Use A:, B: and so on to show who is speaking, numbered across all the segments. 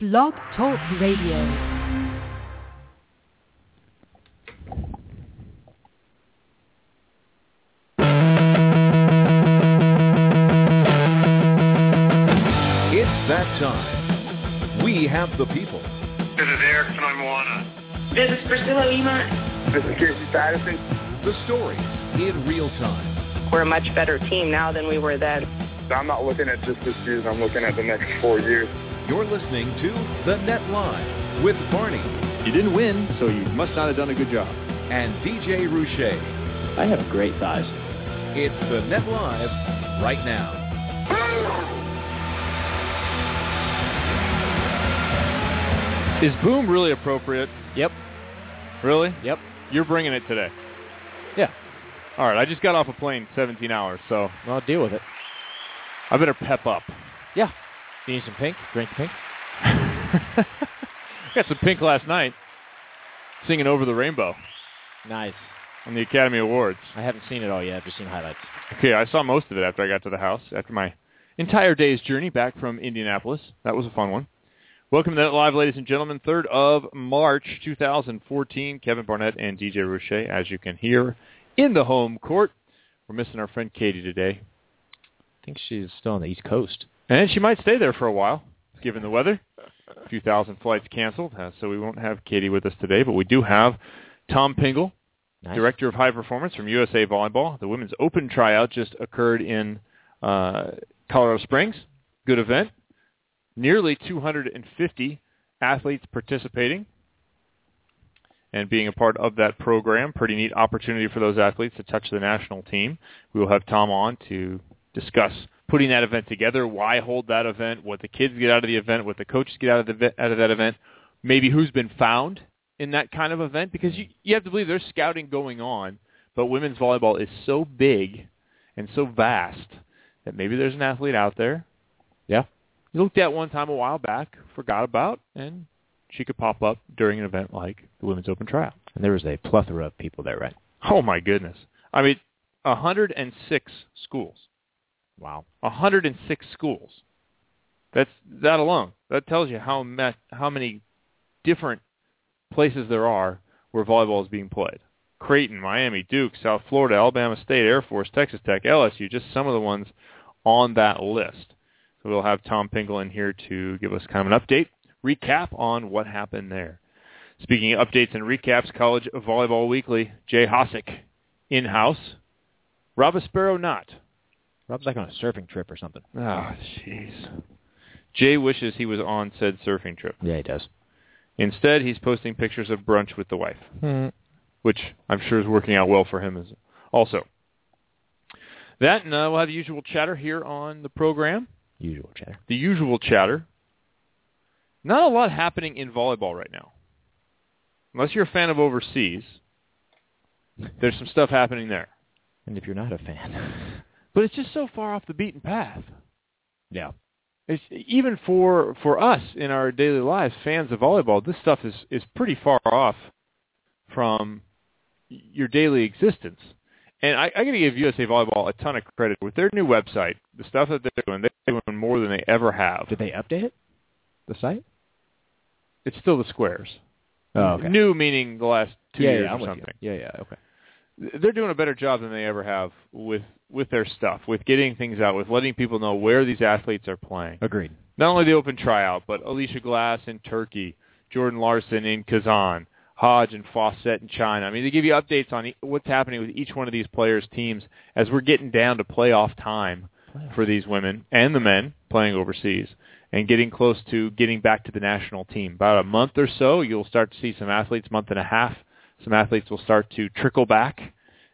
A: Blog Talk Radio.
B: It's that time. We have the people.
C: This is Eric from Moana.
D: This is Priscilla Lima.
C: This is Casey Patterson.
B: The stories in real time.
D: We're a much better team now than we were then.
C: I'm not looking at just this season. I'm looking at the next four years.
B: You're listening to The Net Live with Barney. You didn't win, so you must not have done a good job. And DJ Rouche.
E: I have great thighs.
B: It's The Net Live right now.
F: Is boom really appropriate?
E: Yep.
F: Really?
E: Yep.
F: You're bringing it today.
E: Yeah.
F: All right. I just got off a plane 17 hours, so
E: Well, deal with it.
F: I better pep up.
E: Yeah. You need some pink? Drink pink?
F: got some pink last night, singing "Over the Rainbow"
E: Nice.
F: on the Academy Awards.
E: I haven't seen it all yet. I've just seen highlights.
F: Okay, I saw most of it after I got to the house after my entire day's journey back from Indianapolis. That was a fun one. Welcome to that live, ladies and gentlemen. Third of March, 2014. Kevin Barnett and DJ Rouche, as you can hear, in the home court. We're missing our friend Katie today,
E: I think she's still on the East Coast.
F: and she might stay there for a while, given the weather. A few thousand flights canceled, uh, so we won't have Katie with us today, but we do have Tom Pingle,
E: Nice.
F: director of high performance from USA Volleyball. The women's open tryout just occurred in uh, Colorado Springs. Good event. Nearly 250 athletes participating and being a part of that program. Pretty neat opportunity for those athletes to touch the national team. We will have Tom on to discuss putting that event together, why hold that event, what the kids get out of the event, what the coaches get out of, the, ve- out of that event, maybe who's been found in that kind of event because you, you have to believe there's scouting going on, but women's volleyball is so big and so vast that maybe there's an athlete out there
E: Yeah.
F: you looked at one time a while back, forgot about, and she could pop up during an event like the Women's Open Trial.
E: And there was a plethora of people there, right?
F: Oh my goodness! I mean, 106 schools.
E: Wow.
F: 106 schools. That's that alone. That tells you how ma- how many different places there are where volleyball is being played. Creighton, Miami, Duke, South Florida, Alabama State, Air Force, Texas Tech, LSU, just some of the ones on that list. So we'll have Tom Pingle in here to give us kind of an update, recap on what happened there. Speaking of updates and recaps, College Volleyball Weekly, Jay Hosick in-house, Rob Sparrow not.
E: Rob's like on a surfing trip or something.
F: Oh, jeez. Jay wishes he was on said surfing trip.
E: Yeah, he does.
F: Instead, he's posting pictures of brunch with the wife, which I'm sure is working out well for him as also. That and uh, we'll have the usual chatter here on the program.
E: Usual chatter.
F: The usual chatter. Not a lot happening in volleyball right now. Unless you're a fan of overseas, there's some stuff happening there.
E: And if you're not a fan.
F: But it's just so far off the beaten path.
E: yeah.
F: It's, even for for us in our daily lives, fans of volleyball, this stuff is is pretty far off from your daily existence. And I, I got to give USA Volleyball a ton of credit with their new website. The stuff that they're doing, they're doing more than they ever have.
E: Did they update it? The site?
F: It's still the squares.
E: Oh, okay.
F: New meaning the last two
E: yeah,
F: years
E: yeah, I'm
F: or
E: with you.
F: something.
E: Yeah, yeah, okay.
F: they're doing a better job than they ever have with with their stuff, with getting things out, with letting people know where these athletes are playing.
E: Agreed.
F: Not only the open tryout, but Alicia Glass in Turkey, Jordan Larson in Kazan, Hodge and Fawcett in China. I mean, they give you updates on e- what's happening with each one of these players' teams as we're getting down to playoff time for these women and the men playing overseas and getting close to getting back to the national team. About a month or so, you'll start to see some athletes, month and a half, some athletes will start to trickle back.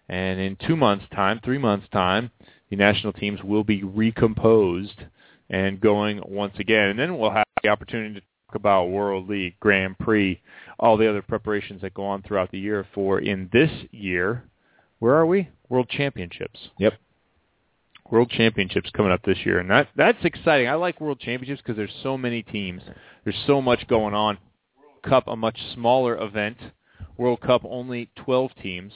F: And in two months' time, three months' time, the national teams will be recomposed and going once again. And then we'll have the opportunity to talk about World League, Grand Prix, all the other preparations that go on throughout the year for in this year, where are we? World Championships.
E: Yep.
F: World Championships coming up this year, and that that's exciting. I like World Championships because there's so many teams, there's so much going on. World Cup, a much smaller event. World Cup, only 12 teams.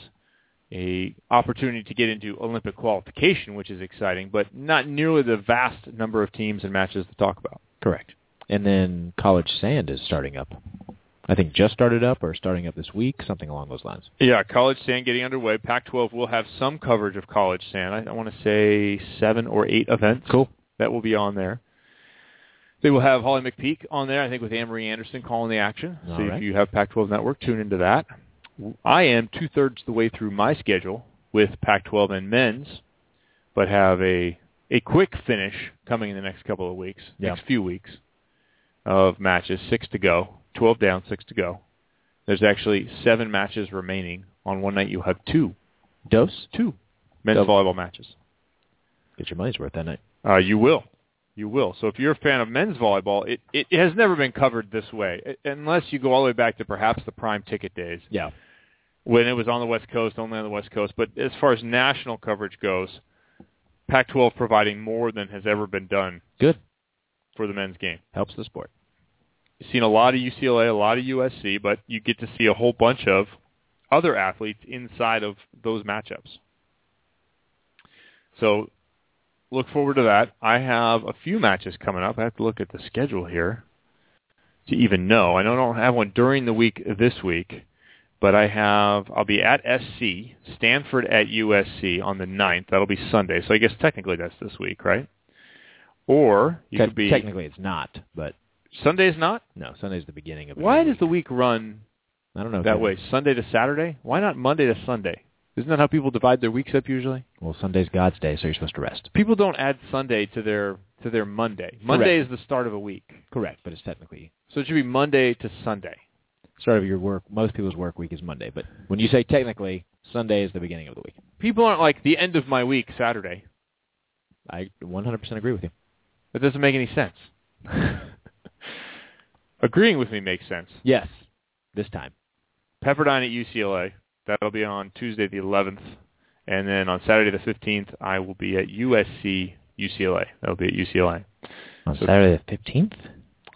F: A opportunity to get into Olympic qualification, which is exciting, but not nearly the vast number of teams and matches to talk about.
E: Correct. And then College Sand is starting up. I think just started up or starting up this week, something along those lines.
F: Yeah, College Sand getting underway. Pac-12 will have some coverage of College Sand. I, I want to say seven or eight events.
E: Cool.
F: That will be on there. They will have Holly McPeak on there, I think, with Anne-Marie Anderson calling the action.
E: All
F: so
E: right.
F: if you have Pac-12 Network, tune into that. I am two-thirds the way through my schedule with Pac-12 and men's, but have a, a quick finish coming in the next couple of weeks,
E: Yeah.
F: next few weeks of matches, six to go, 12 down, six to go. There's actually seven matches remaining. On one night, you'll have two
E: Dose,
F: two men's
E: Double.
F: volleyball matches.
E: get your money's worth that night.
F: Uh, you will. You will. So if you're a fan of men's volleyball, it, it, it has never been covered this way, u- unless you go all the way back to perhaps the prime ticket days
E: Yeah.
F: when it was on the West Coast, only on the West Coast. But as far as national coverage goes, Pac-12 providing more than has ever been done
E: Good.
F: for the men's game.
E: Helps the sport.
F: You've seen a lot of UCLA, a lot of USC, but you get to see a whole bunch of other athletes inside of those matchups. So look forward to that. I have a few matches coming up. I have to look at the schedule here to even know. I know I don't have one during the week this week, but I have I'll be at SC, Stanford at USC on the 9th. That'll be Sunday. So I guess technically that's this week, right? Or you
E: Te-
F: could be
E: Technically, it's not, but
F: Sunday's not?
E: no, Sunday's the beginning of. a
F: Why
E: new
F: does the week run
E: I don't know
F: that
E: dude.
F: way? Sunday to Saturday? Why not Monday to Sunday? Isn't that how people divide their weeks up usually?
E: Well, Sunday's God's day, so you're supposed to rest.
F: People don't add Sunday to their to their Monday. Monday is the start of a week.
E: Correct, but it's technically
F: So it should be Monday to Sunday.
E: start of your work. Most people's work week is Monday, but when you say technically, Sunday is the beginning of the week.
F: People aren't like the end of my week Saturday.
E: I 100% agree with you.
F: That doesn't make any sense. Agreeing with me makes sense.
E: Yes, this time.
F: Pepperdine at UCLA. That'll be on Tuesday the 11th, and then on Saturday the 15th, I will be at USC UCLA. That'll be at UCLA.
E: On
F: So-
E: Saturday the 15th,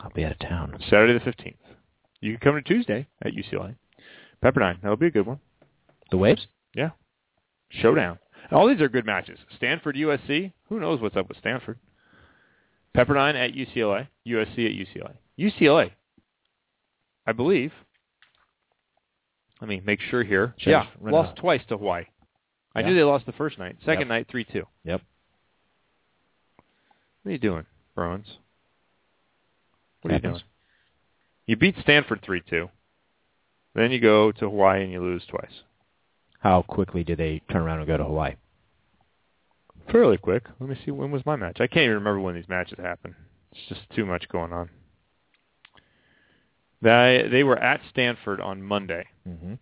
E: I'll be out of town.
F: Saturday the 15th. You can come to Tuesday at UCLA. Pepperdine. That'll be a good one.
E: The Waves?
F: Yeah. Showdown. All these are good matches. Stanford, USC. Who knows what's up with Stanford? Pepperdine at UCLA. USC at UCLA. UCLA. I believe. Let me make sure here.
E: Sure.
F: yeah,
E: Run it
F: lost
E: out.
F: twice to Hawaii. I
E: Yeah.
F: knew they lost the first night. Second
E: Yep.
F: night, three two.
E: Yep.
F: What are you doing, Bruins? What are you
E: Happens.
F: doing? You beat Stanford three two. Then you go to Hawaii and you lose twice.
E: How quickly do they turn around and go to Hawaii?
F: fairly quick. Let me see when was my match. I can't even remember when these matches happened. It's just too much going on. They they were at Stanford on Monday.
E: Mm-hmm.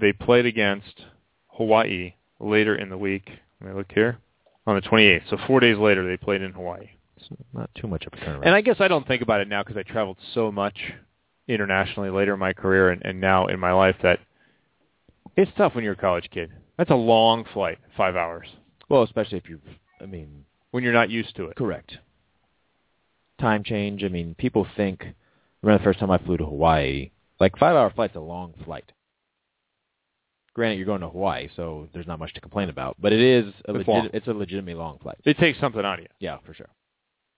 F: They played against Hawaii later in the week. Let me look here. On the 28th, so four days later, they played in Hawaii.
E: It's not too much of a turnaround.
F: And I guess I don't think about it now because I traveled so much internationally later in my career and, and now in my life that it's tough when you're a college kid. That's a long flight, five hours,
E: well, especially if you've, I mean,
F: when you're not used to it.
E: Correct. Time change. I mean, people think. Remember the first time I flew to Hawaii? Like five-hour flight's a long flight. Granted, you're going to Hawaii, so there's not much to complain about. But it is a
F: It's
E: legit,
F: long.
E: it's a legitimately long flight.
F: It takes something out of you.
E: Yeah, for sure.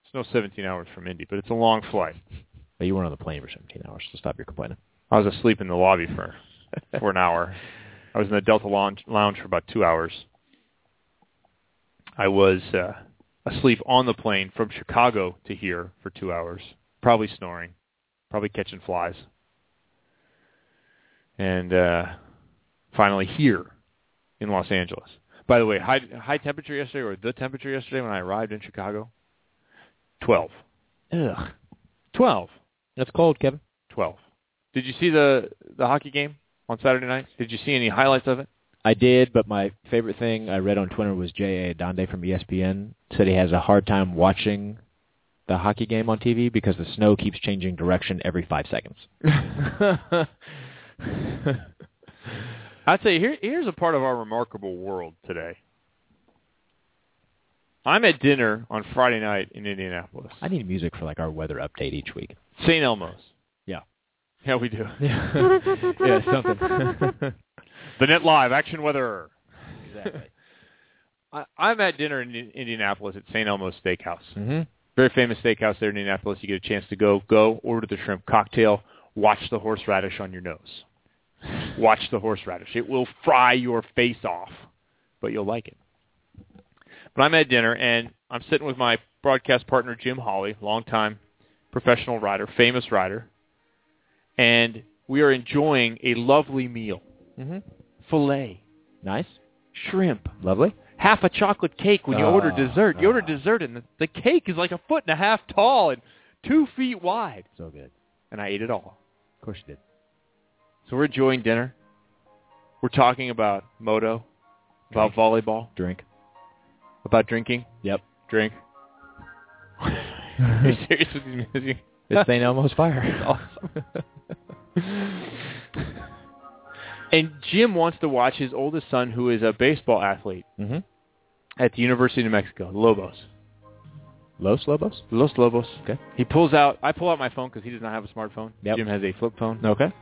F: It's no 17 hours from Indy, but it's a long flight.
E: But you weren't on the plane for 17 hours, so stop your complaining.
F: I was asleep in the lobby for for an hour. I was in the Delta lounge, lounge for about two hours. I was uh, asleep on the plane from Chicago to here for two hours, probably snoring, probably catching flies, and uh, finally here in Los Angeles. By the way, high high temperature yesterday, or the temperature yesterday when I arrived in Chicago, twelve.
E: Ugh,
F: 12.
E: that's cold, Kevin.
F: 12. Did you see the the hockey game on Saturday night? Did you see any highlights of it?
E: I did, but my favorite thing I read on Twitter was J.A. Donde from E ESPN said he has a hard time watching the hockey game on TV because the snow keeps changing direction every five seconds.
F: I'd say here here's a part of our remarkable world today. I'm at dinner on Friday night in Indianapolis.
E: I need music for like our weather update each week.
F: St. Elmo's.
E: Yeah.
F: Yeah, we do.
E: Yeah, something.
F: the Net Live Action Weather.
E: exactly.
F: I, I'm at dinner in Indianapolis at St. Elmo's Steakhouse.
E: Mm-hmm.
F: Very famous steakhouse there in Indianapolis. You get a chance to go. Go order the shrimp cocktail. Watch the horseradish on your nose. Watch the horseradish. It will fry your face off, but you'll like it. But I'm at dinner and I'm sitting with my broadcast partner Jim Hawley, longtime professional rider, famous rider, and we are enjoying a lovely meal:
E: Mm-hmm.
F: fillet,
E: Nice.
F: shrimp,
E: Lovely.
F: half a chocolate cake when you
E: Ah,
F: order dessert. You order
E: ah.
F: dessert and the, the cake is like a foot and a half tall and two feet wide.
E: So good.
F: And I ate it all.
E: Of course you did.
F: So we're enjoying dinner. We're talking about moto, about volleyball,
E: Drink.
F: about drinking.
E: Yep.
F: Drink. Are you serious with these music?
E: It's St. Elmo's Fire.
F: and Jim wants to watch his oldest son, who is a baseball athlete
E: mm-hmm.
F: at the University of New Mexico, Lobos.
E: Los Lobos.
F: Los Lobos.
E: Okay.
F: He pulls out. I pull out my phone because he does not have a smartphone.
E: Yep.
F: Jim has a flip phone.
E: Okay.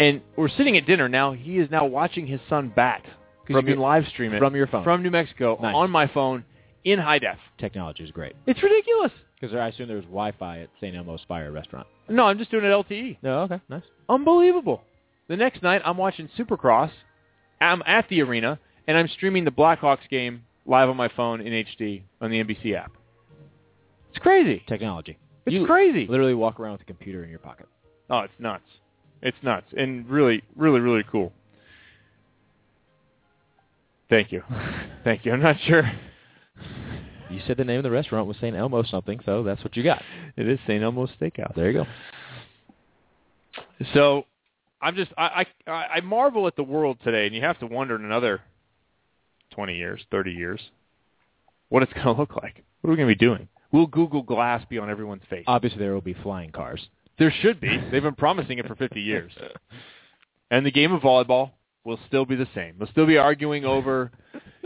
F: And we're sitting at dinner now. He is now watching his son bat because
E: From
F: you can
E: your-
F: live stream it
E: From your phone.
F: from New Mexico
E: Nice.
F: on my phone in high def.
E: Technology is great.
F: It's ridiculous.
E: Because I assume there's Wi-Fi at St. Elmo's Fire restaurant.
F: No, I'm just doing it LTE.
E: No. Oh, Okay. Nice.
F: Unbelievable. E. The next night, I'm watching Supercross. I'm at the arena, and I'm streaming the Blackhawks game live on my phone in HD on the NBC app. It's crazy.
E: Technology.
F: It's
E: You
F: crazy.
E: Literally walk around with a computer in your pocket.
F: Oh, it's nuts. It's nuts and really, really, really cool. Thank you. Thank you. I'm not sure.
E: You said the name of the restaurant was St. Elmo something, so that's what you got.
F: It is St. Elmo's Steakhouse.
E: There you go.
F: So I'm just, I, I, I marvel at the world today, and you have to wonder in another 20 years, 30 years, what it's going to look like. What are we going to be doing? Will Google Glass be on everyone's face?
E: Obviously, there will be flying cars.
F: There should be. They've been promising it for 50 years. And the game of volleyball will still be the same. They'll still be arguing over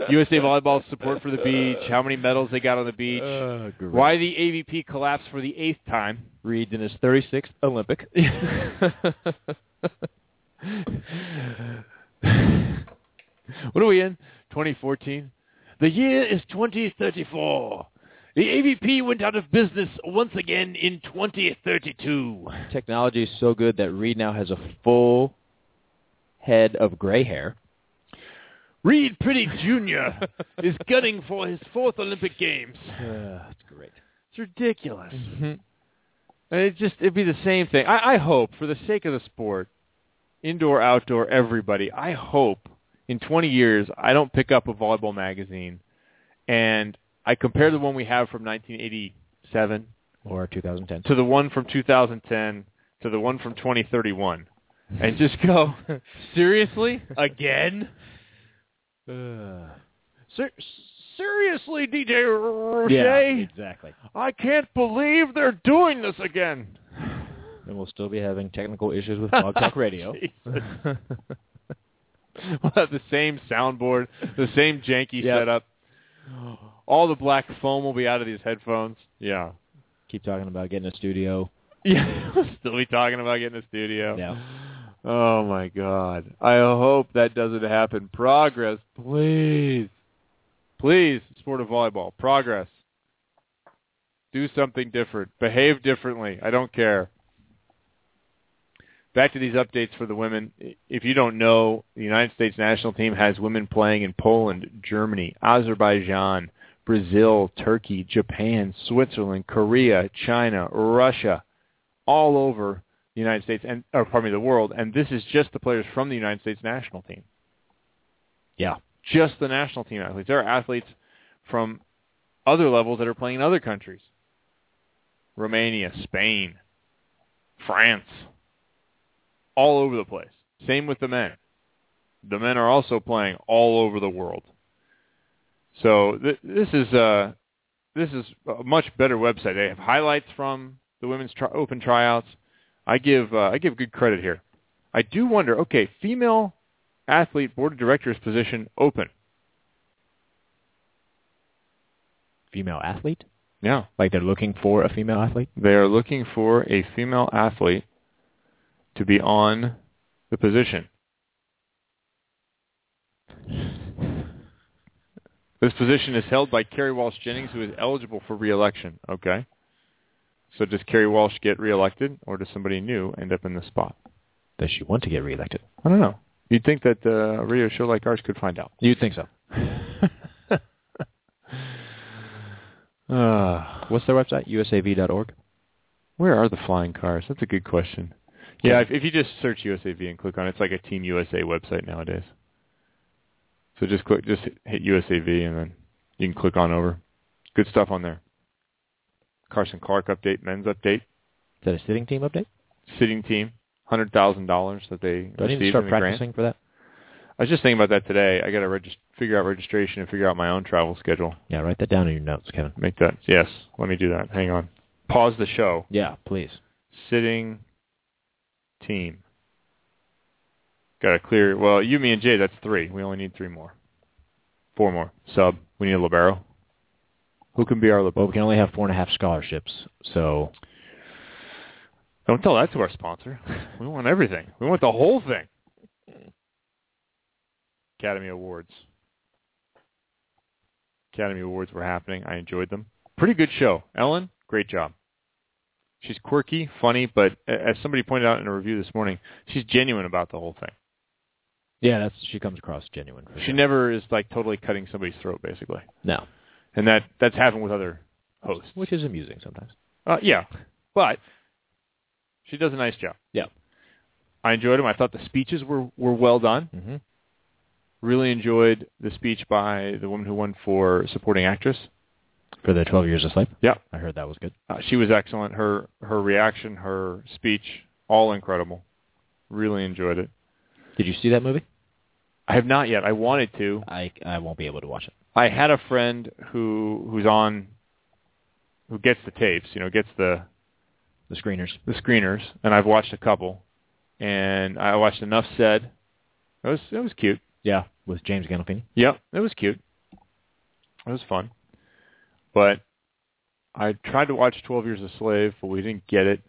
F: USA Volleyball's support for the beach, how many medals they got on the beach,
E: Uh, great.
F: why the AVP collapsed for the eighth time.
E: Reed in his 36th Olympic.
F: What are we in? 2014? The year is 2034. The AVP went out of business once again in 2032.
E: Technology is so good that Reed now has a full head of gray hair.
F: Reed Pretty Jr. is gunning for his fourth Olympic Games. Uh,
E: that's great.
F: It's ridiculous. Mm-hmm. It just it'd be the same thing. I, I hope, for the sake of the sport, indoor, outdoor, everybody. I hope in 20 years I don't pick up a volleyball magazine and I compare the one we have from 1987
E: Or 2010.
F: to the one from 2010 to the one from 2031 and just go seriously again.
E: Uh,
F: Ser- seriously, DJ Roche,
E: yeah, exactly.
F: I can't believe they're doing this again.
E: And we'll still be having technical issues with Blog Talk Radio.
F: Jesus. we'll have the same soundboard, the same janky
E: Yep.
F: setup. All the black foam will be out of these headphones. Yeah.
E: Keep talking about getting a studio.
F: Yeah. we'll still be talking about getting a studio.
E: Yeah.
F: Oh my God. I hope that doesn't happen. Progress, please. Please, sport of volleyball. Progress. Do something different. Behave differently. I don't care. Back to these updates for the women. I- If you don't know, the United States national team has women playing in Poland, Germany, Azerbaijan, Brazil, Turkey, Japan, Switzerland, Korea, China, Russia, all over the United States and or pardon me, the world, and this is just the players from the United States national team.
E: Yeah.
F: Just the national team athletes. There are athletes from other levels that are playing in other countries. Romania, Spain, France. All over the place. Same with the men. The men are also playing all over the world. So th- this is uh, this is a much better website. They have highlights from the women's tri- open tryouts. I give uh, I give good credit here. I do wonder. Okay, female athlete board of directors position open.
E: Female athlete?
F: Yeah,
E: Like they're looking for a female athlete?
F: they are looking for a female athlete to be on the position. This position is held by Kerry Walsh Jennings, who is eligible for reelection. Okay. So does Kerry Walsh get reelected, or does somebody new end up in the spot?
E: Does she want to get reelected?
F: I don't know. You'd think that uh, a radio show like ours could find out.
E: You'd think so.
F: Uh,
E: What's their website? USAV.org.
F: where are the flying cars? That's a good question. Yeah, if, if you just search USAV and click on it, it's like a Team USA website nowadays. So just click, just hit USAV, and then you can click on over. Good stuff on there. Carson Clark update, men's update,
E: Is that a sitting team update?
F: sitting team, hundred thousand dollars that they
E: Do I need to
F: received
E: start
F: in the grant.
E: practicing for that?
F: I was just thinking about that today. I got to regist- figure out registration and figure out my own travel schedule.
E: Yeah, write that down in your notes, Kevin.
F: Make that yes. Let me do that. Hang on. Pause the show.
E: Yeah, please.
F: Sitting team. Got to clear. Well, you, me, and Jay. That's three. We only need three more. Four more. Sub. We need a libero. Who can be our libero?
E: Well, we can only have four and a half scholarships, so
F: Don't tell that to our sponsor. We want everything. We want the whole thing. Academy Awards. Academy Awards were happening. I enjoyed them. Pretty good show. Ellen, great job. She's quirky, funny, but a- as somebody pointed out in a review this morning, she's genuine about the whole thing.
E: yeah, that's she comes across genuine. For
F: She
E: sure.
F: never is like totally cutting somebody's throat, basically.
E: no,
F: And that that's happened with other hosts.
E: which is amusing sometimes.
F: Uh, yeah, but she does a nice job.
E: Yeah.
F: I enjoyed them. I thought the speeches were, were well done.
E: Mm-hmm.
F: Really enjoyed the speech by the woman who won for supporting actress.
E: For the Twelve Years of Slave.
F: Yeah.
E: I heard that was good.
F: Uh, she was excellent. Her her reaction, her speech, all incredible. Really enjoyed it.
E: Did you see that movie?
F: I have not yet. I wanted to.
E: I I won't be able to watch it.
F: I had a friend who who's on who gets the tapes, you know, gets the
E: The screeners.
F: the screeners, and I've watched a couple, and I watched Enough Said. It was it was cute.
E: Yeah, with James Gandolfini.
F: Yep, it was cute. It was fun, but I tried to watch Twelve Years a Slave, but we didn't get it.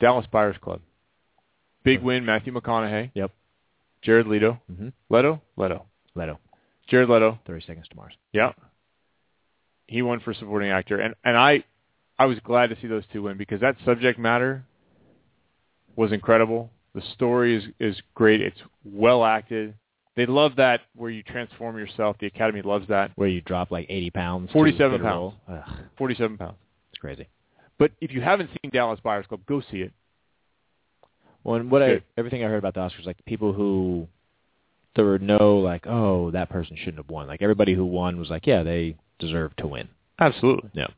F: Dallas Buyers Club, big win. Matthew McConaughey.
E: Yep.
F: Jared Leto.
E: Mm-hmm.
F: Leto. Leto.
E: Leto.
F: Jared Leto.
E: Thirty Seconds to Mars.
F: Yeah. He won for supporting actor, and and I, I was glad to see those two win because that subject matter was incredible. The story is is great. It's well acted. They love that where you transform yourself. The Academy loves that.
E: Where you drop like eighty pounds. to
F: 47
E: fit a role. Ugh,
F: Forty-seven pounds.
E: it's crazy.
F: But if you haven't seen Dallas Buyers Club, go see it.
E: Well, and what I,
F: Good.
E: everything I heard about the Oscars, like people who there were no like, oh, that person shouldn't have won. Like everybody who won was like, yeah, they deserve to win.
F: Absolutely.
E: Yeah.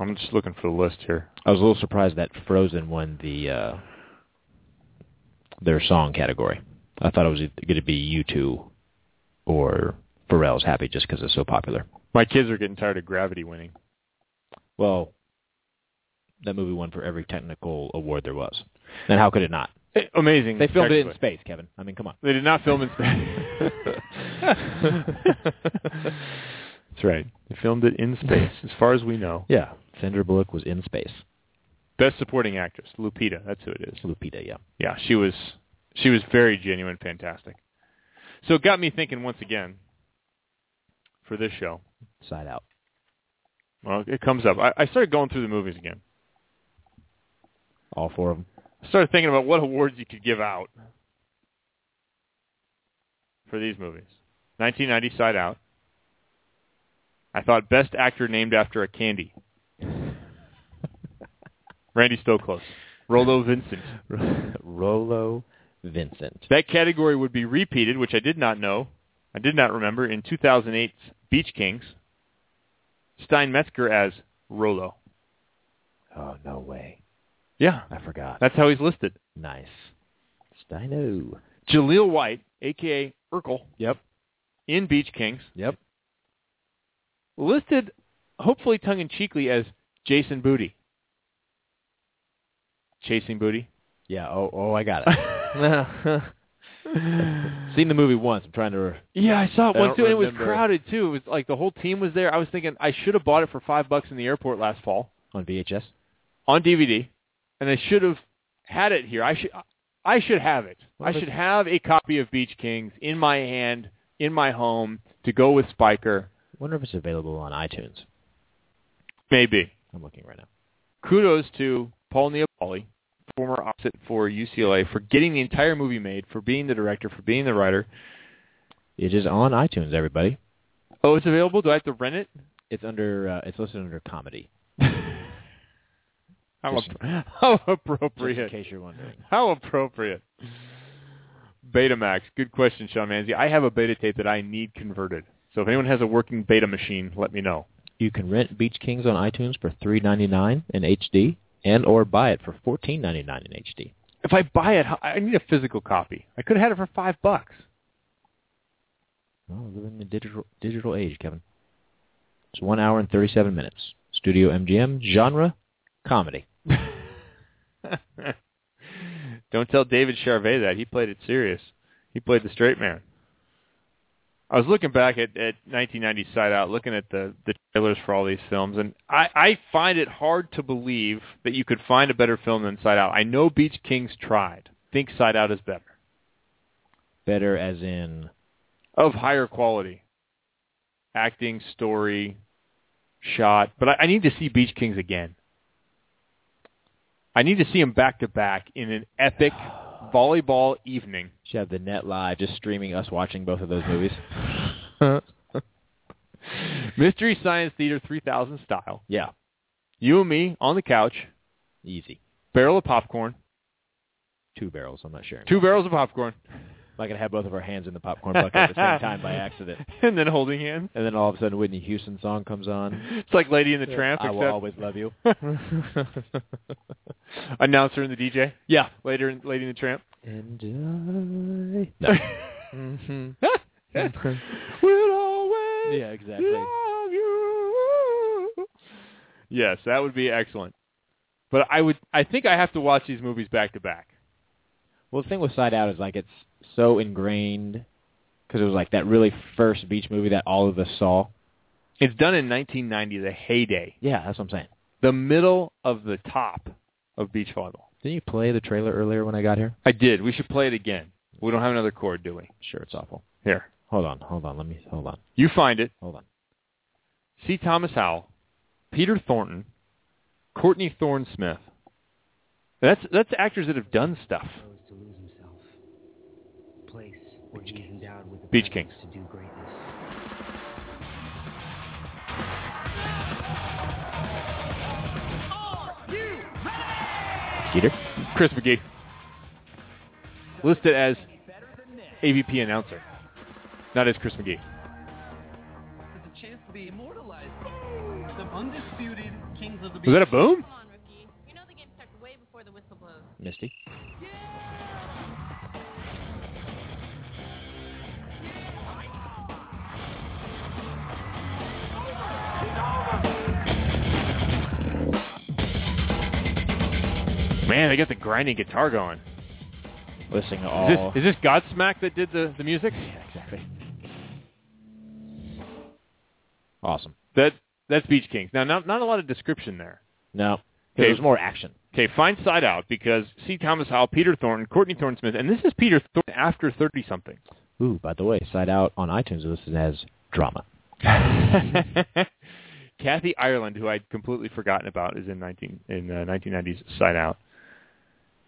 F: I'm just looking for the list here.
E: I was a little surprised that Frozen won the uh their song category. I thought it was going to be U2 or Pharrell's Happy just because it's so popular.
F: My kids are getting tired of Gravity winning.
E: Well, that movie won for every technical award there was. And how could it not?
F: Eh, amazing.
E: They filmed it in
F: technically.
E: space, Kevin. I mean, come on.
F: They did not film in space. That's right. They filmed it in space, as far as we know.
E: Yeah. Sandra Bullock was in space.
F: Best supporting actress, Lupita. That's who it is.
E: Lupita, yeah.
F: Yeah, she was. She was very genuine, fantastic. So it got me thinking once again for this show.
E: Side out.
F: Well, it comes up. I, I started going through the movies again.
E: All four of them.
F: I started thinking about what awards you could give out for these movies. 1990 Side Out. I thought Best Actor Named After a Candy. Randy Stoklos. Rolo Vincent.
E: Rolo Vincent.
F: That category would be repeated, which I did not know. I did not remember in 2008's Beach Kings. Stein Metzger as Rolo.
E: Oh, no way.
F: Yeah,
E: I forgot.
F: that's how he's listed.
E: nice. Steino.
F: Jaleel White, aka Urkel,
E: Yep.
F: in Beach Kings.
E: Yep.
F: listed hopefully tongue in cheekly as Jason Booty. Chasing Booty.
E: Yeah. Oh, oh, I got it. Seen the movie once. I'm trying to. re-
F: Yeah, I saw it
E: I
F: once
E: don't
F: too, and it was
E: remember.
F: crowded too. It was like the whole team was there. I was thinking I should have bought it for five bucks in the airport last fall
E: on VHS.
F: on DVD, and I should have had it here. I should I should have it.
E: Well,
F: I
E: that's-
F: should have a copy of Beach Kings in my hand in my home to go with Spiker.
E: Wonder if it's available on iTunes.
F: Maybe.
E: I'm looking right now.
F: Kudos to Paul Neapoli, former opposite for UCLA, for getting the entire movie made, for being the director, for being the writer.
E: It is on iTunes, everybody.
F: Oh, it's available? Do I have to rent it?
E: It's under. Uh, it's listed under comedy.
F: How,
E: Just-
F: appro- how
E: Just in
F: appropriate.
E: case you're wondering.
F: How appropriate. Betamax. Good question, Sean Manzi. I have a beta tape that I need converted. So if anyone has a working beta machine, let me know.
E: You can rent Beach Kings on iTunes for three ninety nine in HD, and or buy it for fourteen ninety nine in HD.
F: If I buy it, how- I need a physical copy. I could have had it for five bucks.
E: Well, we live in the digital digital age, Kevin. It's one hour and thirty seven minutes. Studio MGM genre comedy.
F: Don't tell David Charvet that. He played it serious. He played the straight man. I was looking back at, at 1990 Side Out, looking at the, the trailers for all these films, and I, I find it hard to believe that you could find a better film than Side Out. I know Beach Kings tried. Think Side Out is better.
E: Better as in
F: Of higher quality. Acting, story, shot. But I, I need to see Beach Kings again. I need to see him back to back in an epic volleyball evening.
E: should have the net live just streaming us watching both of those movies.
F: Mystery Science Theater 3000 style.
E: yeah,
F: You and me on the couch,
E: easy.
F: barrel of popcorn,
E: Two barrels. I'm not sure.
F: two barrels of popcorn.
E: I'm not gonna have both of our hands in the popcorn bucket at the same time by accident.
F: and then holding hands.
E: And then all of a sudden, Whitney Houston song comes on.
F: It's like Lady in the Tramp,
E: I will
F: except
E: always love you.
F: announcer and the DJ.
E: Yeah.
F: Later in Lady in the Tramp.
E: And I. No.
F: Mm-hmm. We'll always
E: Yeah, exactly.
F: love you. Yes, that would be excellent. But I would I think I have to watch these movies back to back.
E: Well, the thing with Side Out is like it's so ingrained because it was like that really first beach movie that all of us saw.
F: It's done in 1990, the heyday,
E: Yeah, that's what I'm saying.
F: the middle of the top of beach volleyball.
E: Didn't you play the trailer earlier when I got here?
F: I did. We should play it again. We don't have another chord, do we?
E: Sure, it's awful.
F: Here,
E: Hold on, hold on. Let me hold on,
F: you find it.
E: hold on.
F: C. Thomas Howell, Peter Thornton, Courtney Thorne Smith. That's that's actors that have done stuff.
G: Chose to lose himself. A Place where he is endowed with the
F: Beach
G: presence
F: Kings.
G: to do greatness.
E: Peter.
F: Chris McGee, listed as AVP announcer, not as Chris McGee.
H: It's a chance to be immortalized. The undisputed kings of the
F: Was that a boom?
I: Come on, rookie. You know the game starts way before the whistle blows.
E: Misty.
F: Man, they got the grinding guitar going.
E: Listening to
F: Is this,
E: all.
F: is this Godsmack that did the, the music?
E: yeah, exactly. Awesome.
F: That that's Beach Kings. Now, not not a lot of description there.
E: No, 'cause
F: Okay.
E: there's more action.
F: Okay, find side out because C. Thomas Howell, Peter Thornton, Courtney Thorne Smith, and this is Peter Thornton after thirty something.
E: Ooh, by the way, Side Out on iTunes is listed as drama.
F: Kathy Ireland, who I'd completely forgotten about, is in nineteen in uh, nineteen nineties Side Out.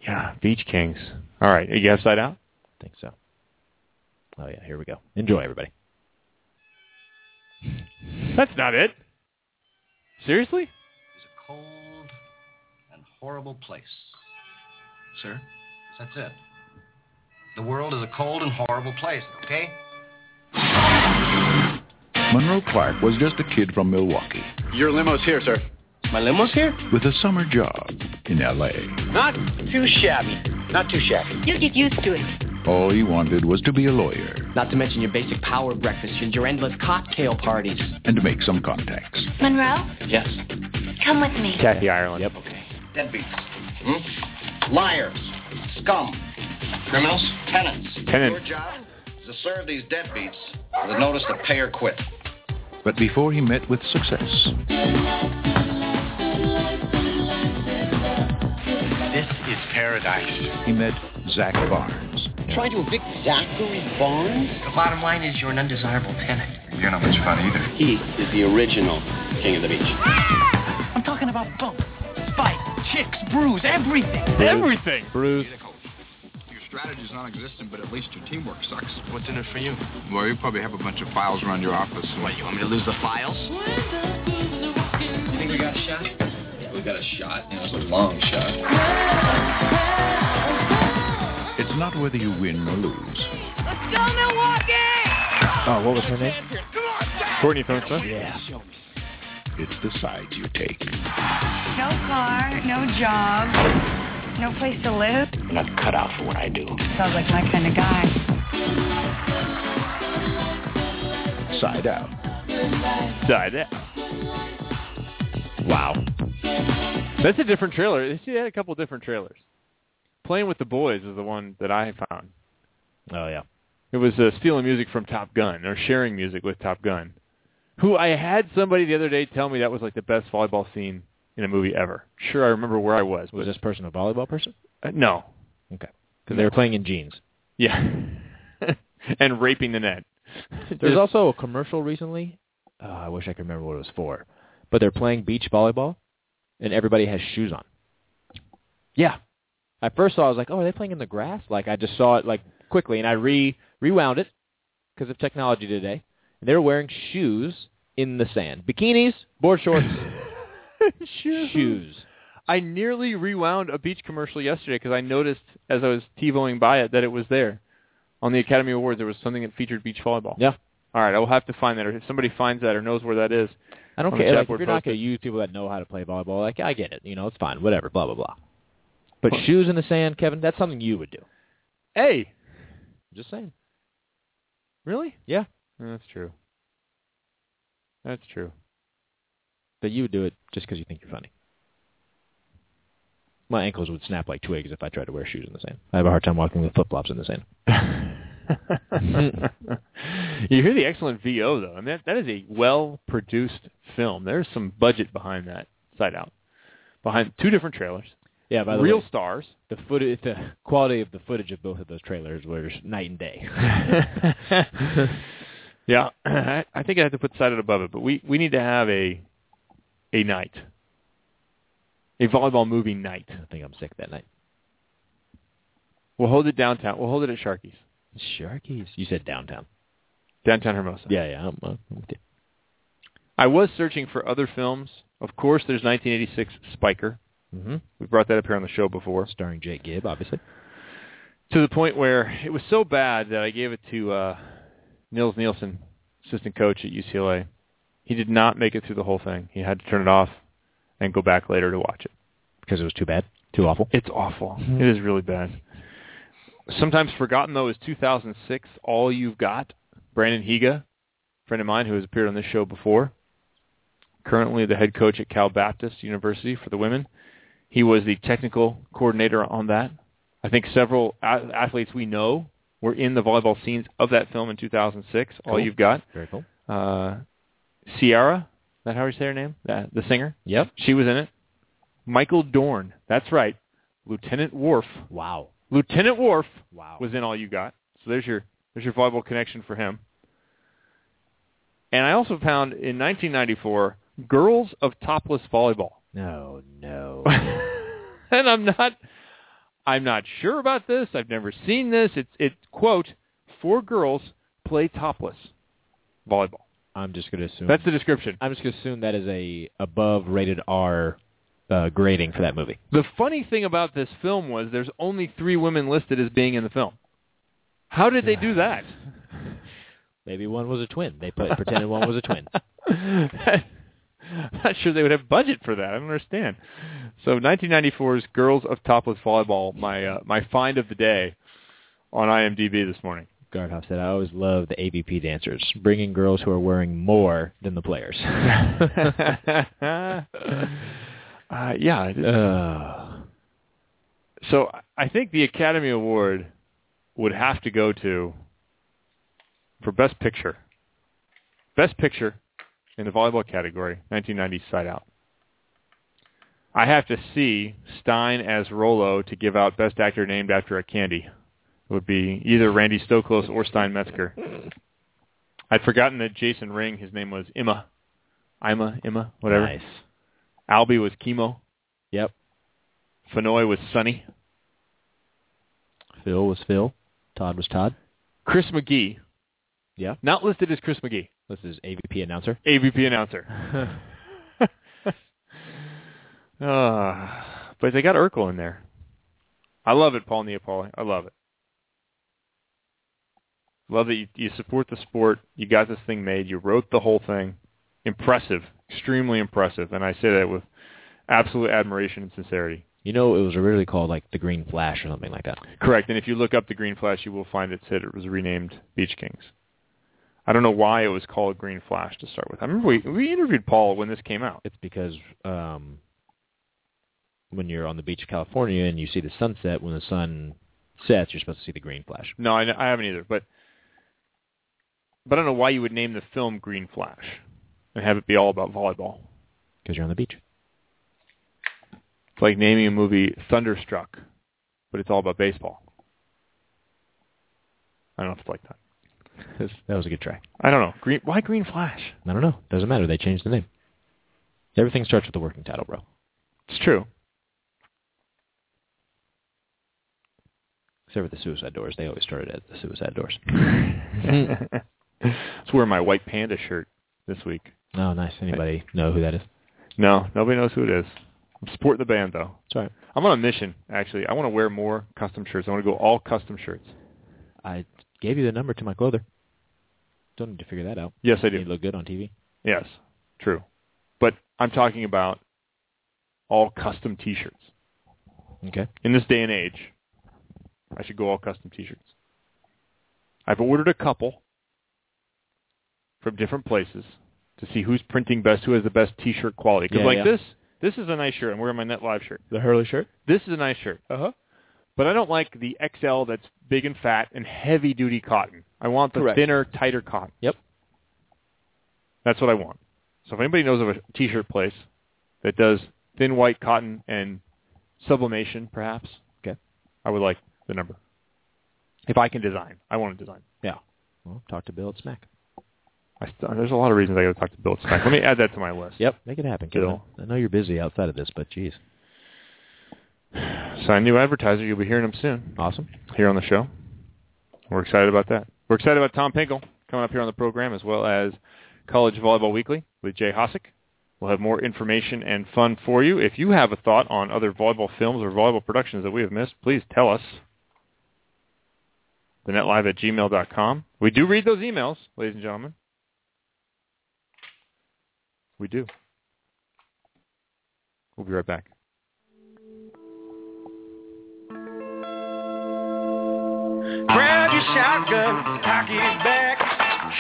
F: Yeah, Beach Kings. All right, you have Side Out.
E: think so. Oh yeah, here we go. Enjoy, everybody.
F: That's not it. Seriously?
H: It's a cold and horrible place. Sir, that's it. The world is a cold and horrible place, okay?
B: Monroe Clark was just a kid from Milwaukee
J: Your limo's here, sir.
H: My limo's here?
B: with a summer job in LA.
H: Not too shabby. Not too shabby.
G: You'll get used to it.
B: All he wanted was to be a lawyer
H: Not to mention your basic power breakfast and your endless cocktail parties.
B: and to make some contacts.
I: Monroe,
H: Yes.
I: come with me.
F: Kathy Ireland.
E: Yep.
H: Okay. Deadbeats. Hmm? Liars. Scum. Criminals. Tenants.
F: Tenants.
H: Your job is to serve these deadbeats with a notice to pay or quit.
B: But before he met with success,
H: This is paradise.
B: he met Zach Barnes,
H: trying to evict Zachary Barnes?
K: The bottom line is you're an undesirable tenant.
H: You're not much fun either. He is the original king of the beach.
K: I'm talking about bump, spike, chicks, brews, everything.
F: Everything. Bruce.
B: Your strategy's non-existent, but at least your teamwork sucks.
H: What's in it for you?
B: Well, you probably have a bunch of files around your office. What, you want me to lose the files?
H: You think we got a shot? Yeah, we got a shot. It was a long shot.
B: It's not whether you win or lose.
L: Let's go, Milwaukee!
E: Oh, what was her name?
F: Courtney Thornton.
B: It's the sides you take.
A: No car, no job, no place to live.
H: I'm not cut out for what I do.
A: Sounds like my kind of guy.
B: Side out.
F: Died out. Wow. That's a different trailer. They see, they had a couple different trailers. Playing with the Boys is the one that I found.
E: Oh yeah.
F: It was uh, stealing music from Top Gun or sharing music with Top Gun. Who I had somebody the other day tell me that was like the best volleyball scene in a movie ever. Sure, I remember where I was.
E: Was
F: But,
E: this person a volleyball person?
F: uh, no.
E: Okay. Because they were playing in jeans.
F: Yeah. and raping the net.
E: There's
F: Just-
E: also a commercial recently. Uh, I wish I could remember what it was for, but they're playing beach volleyball, and everybody has shoes on. Yeah. I first saw. I was like, "Oh, are they playing in the grass?" Like I just saw it like quickly, and I re rewound it because of technology today. And they were wearing shoes in the sand, bikinis, board shorts,
F: Shoes.
E: shoes.
F: I nearly rewound a beach commercial yesterday because I noticed as I was TiVoing by it that it was there. On the Academy Awards, there was something that featured beach volleyball.
E: Yeah.
F: All right, I will have to find that, or if somebody finds that or knows where that is.
E: I don't
F: On the
E: care.
F: chat
E: Like, if
F: board
E: you're not
F: posted.
E: going to use people that know how to play volleyball, like I get it. You know, it's fine. Whatever. Blah blah blah. But shoes in the sand, Kevin. That's something you would do.
F: Hey,
E: Just saying.
F: really?
E: Yeah.
F: That's true. That's true.
E: But you would do it just because you think you're funny. My ankles would snap like twigs if I tried to wear shoes in the sand. I have a hard time walking with flip flops in the sand.
F: you hear the excellent VO though. I mean, that, that is a well-produced film. There's some budget behind that. Side out, behind two different trailers,
E: Yeah, by the
F: real
E: way,
F: stars.
E: the footage, the quality of the footage of both of those trailers was night and day.
F: yeah, I I think I have to put Sighted above it, but we we need to have a a night, a volleyball movie night.
E: I think I'm sick that night.
F: We'll hold it downtown. We'll hold it at Sharky's,
E: Sharkies. You said downtown.
F: downtown Hermosa.
E: Yeah, yeah. I'm, I'm with you.
F: I was searching for other films. Of course, there's 1986 Spiker.
E: Mm-hmm.
F: We brought that up here on the show before.
E: Starring Jake Gibb, obviously.
F: to the point where it was so bad that I gave it to uh, Nils Nielsen, assistant coach at UCLA. He did not make it through the whole thing. He had to turn it off and go back later to watch it.
E: Because it was too bad, too awful.
F: It's awful. It is really bad. Sometimes forgotten though is 2006. All you've got, Brandon Higa, friend of mine who has appeared on this show before, currently the head coach at Cal Baptist University for the women. He was the technical coordinator on that. I think several a- athletes we know were in the volleyball scenes of that film in 2006. All
E: Cool.
F: you've got,
E: Very cool.
F: uh, Ciara. Is that how you say her name? That, the singer.
E: Yep.
F: She was in it. Michael Dorn. That's right. Lieutenant Worf.
E: Wow.
F: Lieutenant Worf
E: Wow.
F: was in All You Got. So there's your there's your volleyball connection for him. And I also found in 1994 Girls of Topless Volleyball.
E: no, no.
F: and I'm not I'm not sure about this. I've never seen this. It's it quote four girls play topless volleyball.
E: I'm just going to assume.
F: That's the description.
E: I'm just going to assume that is a above rated R uh, grading for that movie.
F: The funny thing about this film was there's only three women listed as being in the film. How did they do that?
E: Maybe one was a twin. They put, pretended one was a twin.
F: I'm not sure they would have budget for that. I don't understand. So 1994's Girls of Topless Volleyball, my uh, my find of the day on IMDb this morning.
E: Gardhoff said, "I always love the AVP dancers, bringing girls who are wearing more than the players."
F: uh, yeah. it is.
E: Ugh.
F: So I think the Academy Award would have to go to for Best Picture. Best Picture in the volleyball category, 1990 Side Out. I have to see Stein as Rolo to give out Best Actor named after a candy. would be either Randy Stoklos or Stein Metzger. I'd forgotten that Jason Ring, his name was Emma. Ima, Emma, whatever.
E: Nice.
F: Albie was Chemo.
E: Yep.
F: Fenoy was Sonny.
E: Phil was Phil. Todd was Todd.
F: Chris McGee.
E: Yeah.
F: Not listed as Chris McGee.
E: This is AVP announcer.
F: AVP announcer. uh, but they got Urkel in there. I love it, Paul Neapoli. I love it. Love that you, you support the sport. You got this thing made. You wrote the whole thing. Impressive. Extremely impressive. And I say that with absolute admiration and sincerity.
E: You know, it was originally called like the Green Flash or something like that.
F: Correct. And if you look up the Green Flash, you will find it said it was renamed Beach Kings. I don't know why it was called Green Flash to start with. I remember we, we interviewed Paul when this came out.
E: It's because um, when you're on the beach of California and you see the sunset, when the sun sets, you're supposed to see the Green Flash.
F: No, I, I haven't either. But but I don't know why you would name the film Green Flash and have it be all about volleyball.
E: Because you're on the beach.
F: It's like naming a movie Thunderstruck, but it's all about baseball. I don't know if it's like that.
E: that was a good try.
F: I don't know. Green, why Green Flash?
E: I don't know. Doesn't matter. They changed the name. Everything starts with the working title, bro.
F: It's true.
E: Except for the suicide doors. They always started as the suicide doors.
F: It's wearing my white panda shirt this week.
E: oh, nice. Anybody know who that is?
F: No, nobody knows who it is. I'm supporting the band though.
E: That's right.
F: I'm on a mission actually. I want to wear more custom shirts. I want to go all custom shirts.
E: I gave you the number to my clother. Don't need to figure that out.
F: Yes, I do.
E: You look good on TV.
F: Yes, true. But I'm talking about all custom T-shirts.
E: Okay.
F: In this day and age, I should go all custom T-shirts. I've ordered a couple from different places to see who's printing best, who has the best T-shirt quality. Because
E: Yeah,
F: like
E: yeah.
F: this, this is a nice shirt. I'm wearing my Net Live shirt.
E: The Hurley shirt?
F: This is a nice shirt. Uh
E: Uh-huh.
F: huh. But I don't like the XL that's big and fat and heavy duty cotton. I want the
E: Correct.
F: thinner, tighter cotton.
E: Yep.
F: That's what I want. So if anybody knows of a t-shirt place that does thin white cotton and sublimation, perhaps,
E: Okay.
F: I would like the number. If I can design, I want to design.
E: Yeah. Well, talk to Bill at Smack.
F: I st- there's a lot of reasons I got to talk to Bill Smack. Let me add that to my list.
E: Yep. Make it happen, Kevin.
F: Bill.
E: I know you're busy outside of this, but geez.
F: Sign new advertiser. You'll be hearing him soon.
E: Awesome.
F: here on the show. We're excited about that. We're excited about Tom Pinkel coming up here on the program as well as College Volleyball Weekly with Jay Hosick. We'll have more information and fun for you. If you have a thought on other volleyball films or volleyball productions that we have missed, please tell us. TheNetLive at gmail.com. We do read those emails, ladies and gentlemen. We do. We'll be right back.
I: Grab your shotgun, cock it back,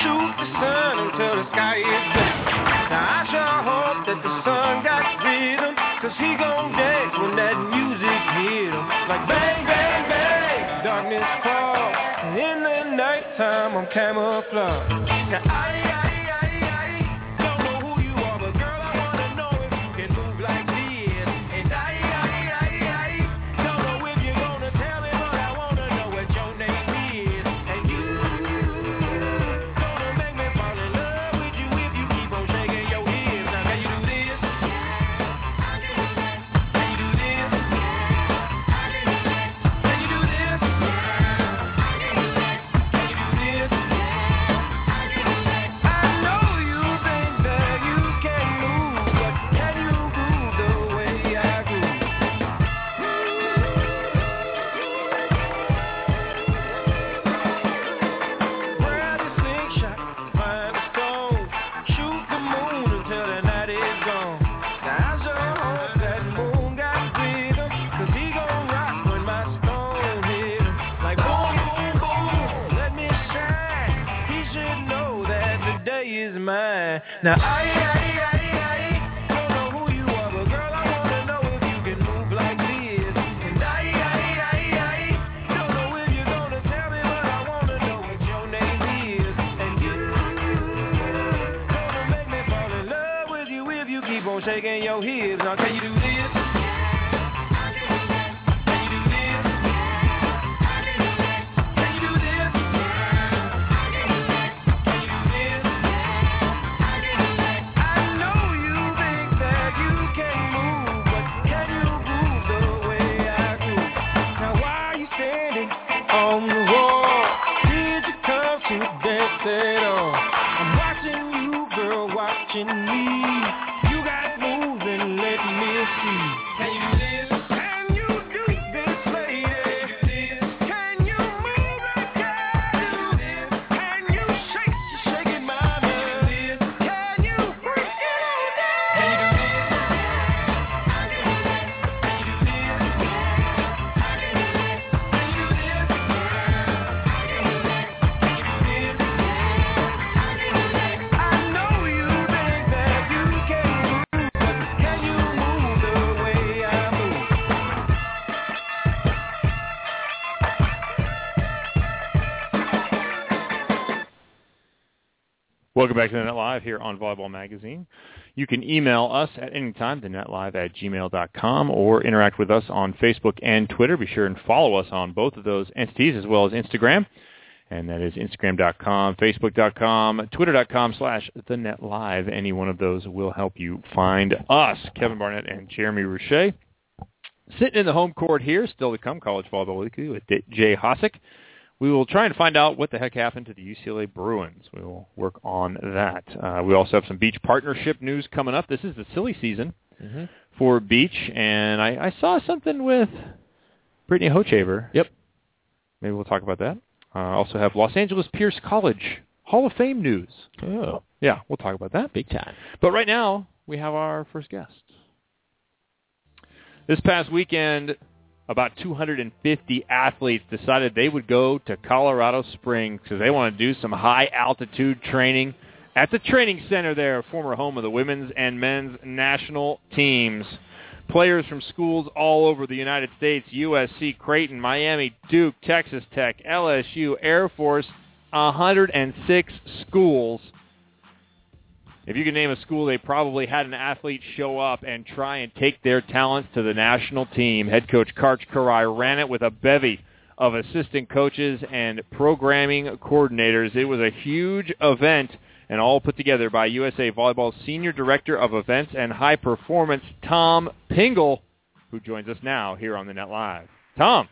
I: shoot the sun until the sky is black. Now I sure hope that the sun got rhythm, cause he gon' dance when that music hit him. Like bang, bang, bang, darkness falls, and in the nighttime I'm camouflaged. Now I, I, I, I don't know who you are, but girl I wanna know if you can move like this. And I, I, I, I don't know if you're gonna tell me, but I wanna know what your name is. And you, gonna make me fall in love with you if you keep on shaking your hips. Now can you do this? Can you do this? Can you do this? Can you do this? I know you think that you can move, but can you move the way I do? Grab your slingshot, find a stone, shoot the moon until the night is gone. Now I sure hope that moon got rhythm, 'cause he gon' rock when my stone hit him. Like boom, boom, boom, let me shine. He should know that the day is mine. Now I, I, I, I don't know who you are, but girl I wanna know if you can move like this. And I, I, I, I don't know if you're gonna tell me, but I wanna know what your name is. And you gonna make me fall in love with you if you keep on shaking your hips. Now can you do this? Can you do this? Can you do this? Can you do this?
C: Welcome back to the Net Live here on Volleyball Magazine. You can email us at any time, thenetlive at gmail.com, or interact with us on Facebook and Twitter. Be sure and follow us on both of those entities as well as Instagram. And that is Instagram.com, Facebook.com, Twitter.com slash the Net Live. Any one of those will help you find us, Kevin Barnett and Jeremy Roche. Sitting in the home court here, still to come, College Volleyball Weekly with D- Jay Hosick. We will try and find out what the heck happened to the UCLA Bruins. We will work on that. Uh, we also have some beach partnership news coming up. This is the silly season
E: Mhm.
C: for beach, and I, I saw something with Brittany Hochaver.
E: Yep.
C: Maybe we'll talk about that. Uh, also have Los Angeles Pierce College Hall of Fame news.
E: Oh,
C: Yeah, we'll talk about that.
E: big time.
C: But right now, we have our first guest. This past weekend, about 250 athletes decided they would go to Colorado Springs because they want to do some high altitude training at the training center there, former home of the women's and men's national teams. Players from schools all over the United States, USC, Creighton, Miami, Duke, Texas Tech, LSU, Air Force, 106 schools if you can name a school, they probably had an athlete show up and try and take their talents to the national team. Head coach Karch Karai ran it with a bevy of assistant coaches and programming coordinators. It was a huge event and all put together by USA Volleyball's Senior Director of Events and High Performance, Tom Pingle, who joins us now here on the Net Live. Tom.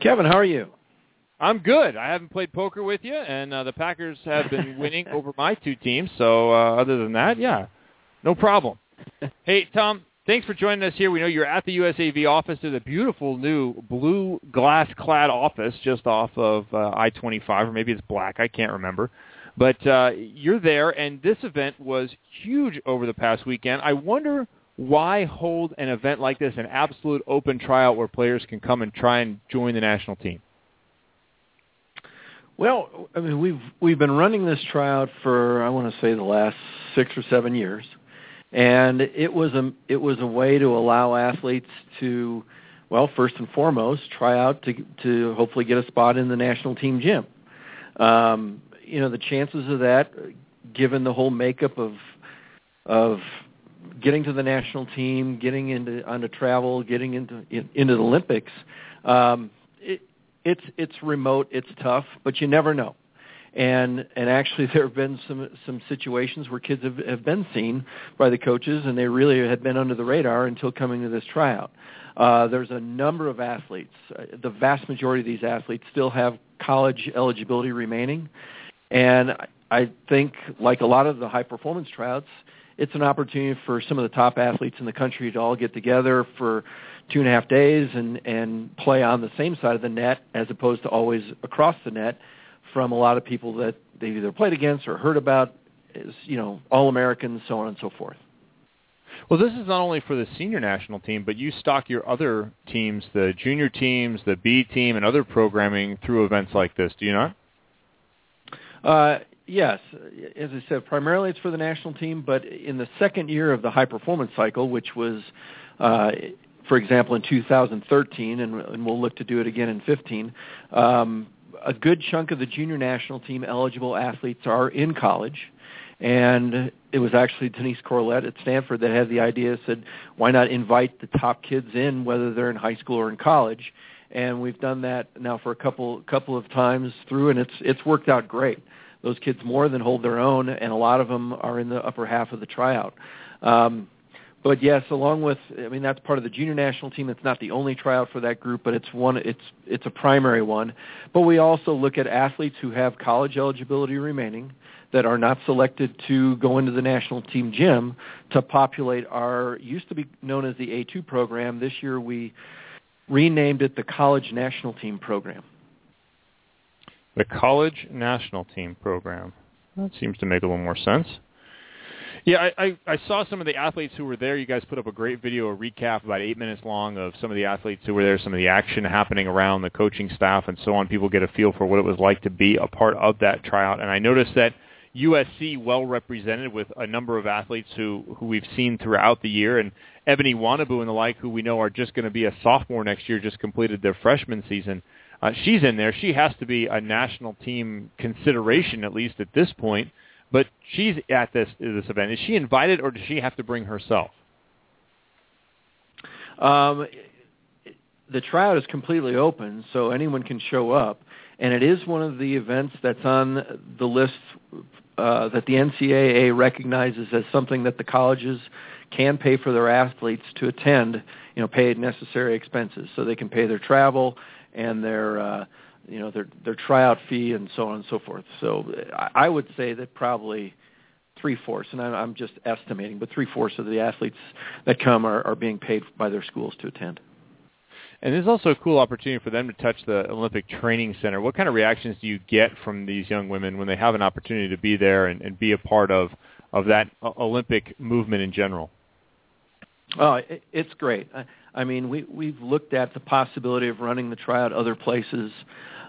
F: Kevin, how are you?
C: I'm good. I haven't played poker with you, and uh, the Packers have been winning over my two teams. So uh, other than that, yeah, no problem. Hey, Tom, thanks for joining us here. We know you're at the USAV office. There's a beautiful new blue glass-clad office just off of uh, I-25, or maybe it's black. I can't remember. But uh, you're there, and this event was huge over the past weekend. I wonder why hold an event like this, an absolute open tryout where players can come and try and join the national team.
F: Well, I mean, we've we've been running this tryout for I want to say the last six or seven years, and it was a it was a way to allow athletes to, well, first and foremost, try out to to hopefully get a spot in the national team gym. Um, you know, the chances of that, given the whole makeup of of getting to the national team, getting into onto travel, getting into in, into the Olympics. Um, it, it's it's remote, it's tough, but you never know. And and actually, there have been some some situations where kids have, have been seen by the coaches, and they really had been under the radar until coming to this tryout. Uh, there's a number of athletes. Uh, The vast majority of these athletes still have college eligibility remaining, and I- I think, like a lot of the high performance tryouts, it's an opportunity for some of the top athletes in the country to all get together for two and a half days and and play on the same side of the net as opposed to always across the net from a lot of people that they've either played against or heard about as you know all Americans so on and so forth.
C: Well, this is not only for the senior national team, but you stock your other teams, the junior teams, the B team, and other programming through events like this. Do you not?
F: Uh, yes, as I said, primarily it's for the national team, but in the second year of the high performance cycle, which was, uh, for example, in 2013, and, and we'll look to do it again in 15. Um, a good chunk of the junior national team eligible athletes are in college. And it was actually Denise Corlett at Stanford that had the idea, said, why not invite the top kids in, whether they're in high school or in college? And we've done that now for a couple couple of times through, and it's it's worked out great. Those kids more than hold their own, and a lot of them are in the upper half of the tryout. Um, but yes, along with I mean that's part of the junior national team. It's not the only tryout for that group, but it's one it's it's a primary one. But we also look at athletes who have college eligibility remaining that are not selected to go into the national team gym to populate our used to be known as the A2 program. This year we renamed it the college national team program.
C: The college national team program. That seems to make a little more sense. Yeah, I, I, I saw some of the athletes who were there. You guys put up a great video, a recap about eight minutes long of some of the athletes who were there, some of the action happening around the coaching staff and so on. People get a feel for what it was like to be a part of that tryout. And I noticed that USC well represented with a number of athletes who, who we've seen throughout the year and Ebony Wanabu and the like who we know are just going to be a sophomore next year just completed their freshman season. Uh, she's in there. She has to be a national team consideration at least at this point. But she's at this this event. Is she invited, or does she have to bring herself?
F: Um, the tryout is completely open, so anyone can show up, and it is one of the events that's on the list uh, that the NCAA recognizes as something that the colleges can pay for their athletes to attend. You know, paid necessary expenses, so they can pay their travel and their uh, you know their their tryout fee and so on and so forth. So I, I would say that probably three fourths, and I'm, I'm just estimating, but three fourths of the athletes that come are, are being paid by their schools to attend.
C: And this is also a cool opportunity for them to touch the Olympic Training Center. What kind of reactions do you get from these young women when they have an opportunity to be there and, and be a part of of that O- Olympic movement in general?
F: Oh, it, it's great. I, I mean, we we've looked at the possibility of running the tryout other places,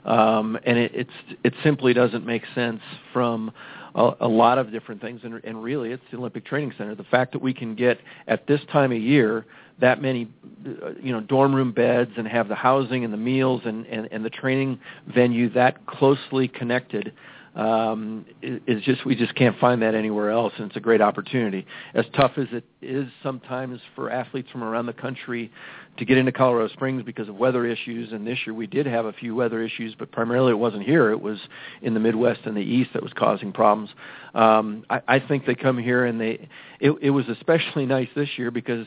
F: um, and it, it's it simply doesn't make sense from a, a lot of different things. And, and really, it's the Olympic Training Center. The fact that we can get at this time of year that many, uh, you know, dorm room beds and have the housing and the meals and and, and the training venue that closely connected um, is is just we just can't find that anywhere else, and it's a great opportunity. As tough as it is sometimes for athletes from around the country to get into Colorado Springs because of weather issues, and this year we did have a few weather issues, but primarily it wasn't here; it was in the Midwest and the East that was causing problems. Um, I, I think they come here, and they it, it was especially nice this year because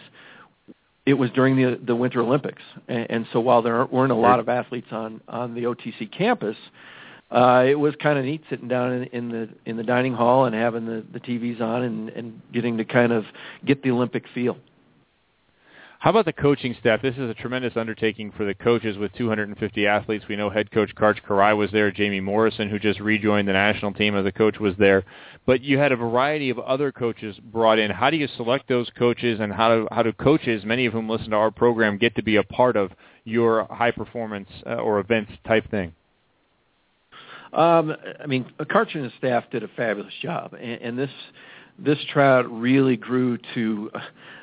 F: it was during the the Winter Olympics, and, and so while there aren't- weren't a lot of athletes on on the OTC campus, uh, it was kind of neat sitting down in, in the in the dining hall and having the the TVs on and and getting to kind of get the Olympic feel.
C: How about the coaching staff? This is a tremendous undertaking for the coaches with 250 athletes. We know head coach Karch Karai was there. Jamie Morrison, who just rejoined the national team as a coach, was there. But you had a variety of other coaches brought in. How do you select those coaches, and how do, how do coaches, many of whom listen to our program, get to be a part of your high performance uh, or events type thing?
F: Um, I mean, Karch and his staff did a fabulous job, and, and this this tryout really grew to,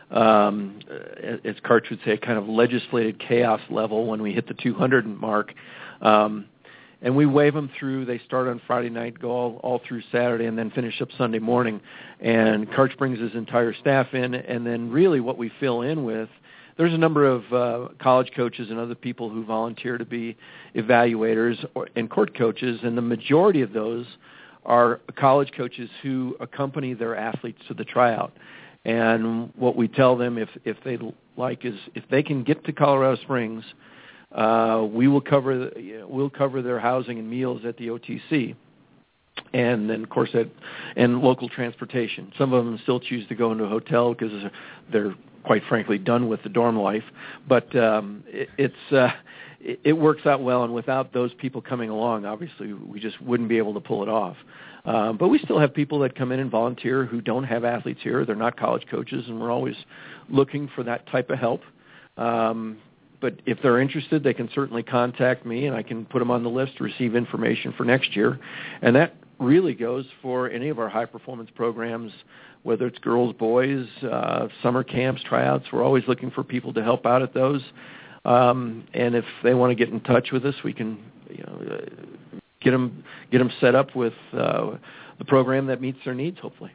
F: um, uh, as Karch would say, kind of legislated chaos level when we hit the 200 mark. Um, and we wave them through. They start on Friday night, go all, all through Saturday, and then finish up Sunday morning. And Karch brings his entire staff in, and then really what we fill in with. There's a number of uh, college coaches and other people who volunteer to be evaluators or, and court coaches, and the majority of those are college coaches who accompany their athletes to the tryout. And what we tell them if if they like is if they can get to Colorado Springs, uh, we will cover you know, we'll cover their housing and meals at the OTC, and then of course at and local transportation. Some of them still choose to go into a hotel because they're quite frankly done with the dorm life. But um, it, it's uh, it, it works out well, and without those people coming along, obviously we just wouldn't be able to pull it off. Um, but we still have people that come in and volunteer who don't have athletes here; they're not college coaches, and we're always looking for that type of help. Um, but if they're interested, they can certainly contact me, and I can put them on the list to receive information for next year. And that really goes for any of our high performance programs, whether it's girls, boys, uh, summer camps, tryouts. We're always looking for people to help out at those. Um, and if they want to get in touch with us, we can you know, uh, get them get them set up with uh, the program that meets their needs, hopefully.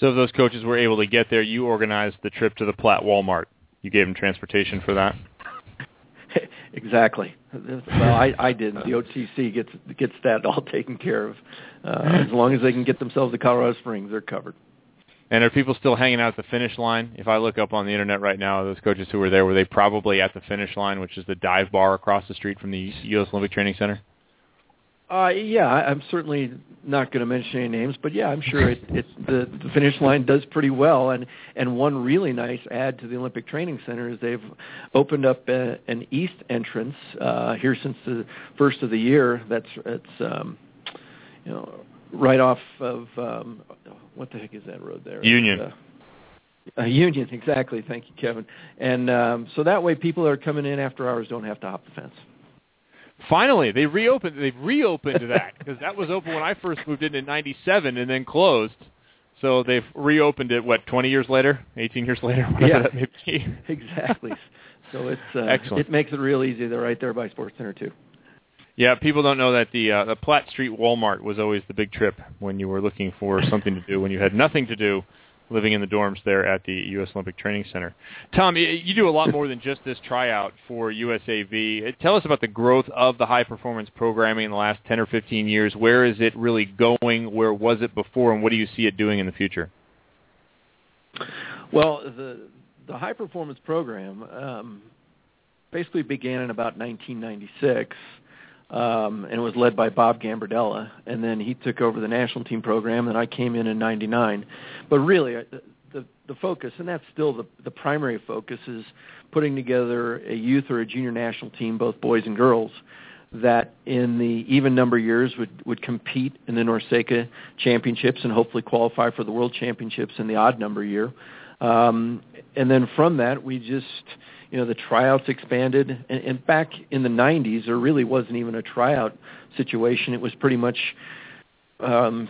C: So if those coaches were able to get there, you organized the trip to the Platt Walmart. You gave them transportation for that.
F: Exactly. Well, I, I didn't. The OTC gets gets that all taken care of. Uh, as long as they can get themselves to Colorado Springs, they're covered.
C: And are people still hanging out at the finish line? If I look up on the internet right now, those coaches who were there, were they probably at the finish line, which is the dive bar across the street from the U.S. Olympic Training Center?
F: Uh, yeah, I, I'm certainly not going to mention any names, but yeah, I'm sure it, it the, the finish line does pretty well. And and one really nice add to the Olympic Training Center is they've opened up a, an east entrance uh, here since the first of the year. That's it's um, you know right off of um, what the heck is that road there?
C: Union.
F: It's, uh, uh, Union, exactly. Thank you, Kevin. And um, so that way, people that are coming in after hours don't have to hop the fence.
C: Finally, they reopened. They've reopened that because that was open when I first moved in in '97 and then closed. So they've reopened it. What 20 years later, 18 years later, whatever
F: Yeah.
C: that may be.
F: exactly. So it's uh,
C: Excellent.
F: it makes it real easy. They're right there by Sports Center too.
C: Yeah, people don't know that the uh, the Platt Street Walmart was always the big trip when you were looking for something to do when you had nothing to do, living in the dorms there at the U.S. Olympic Training Center. Tom, y- you do a lot more than just this tryout for USAV. Uh, Tell us about the growth of the high performance programming in the last 10 or 15 years. Where is it really going? Where was it before, and what do you see it doing in the future?
F: Well, the the high performance program um, basically began in about 1996, um, and was led by Bob Gambardella, and then he took over the national team program, and I came in in '99. But really, uh, the, the the focus, and that's still the the primary focus, is putting together a youth or a junior national team, both boys and girls, that in the even number years would, would compete in the Norseca championships and hopefully qualify for the world championships in the odd number year. Um, and then from that, we just, you know, the tryouts expanded. And, and back in the 90s, there really wasn't even a tryout situation. It was pretty much um,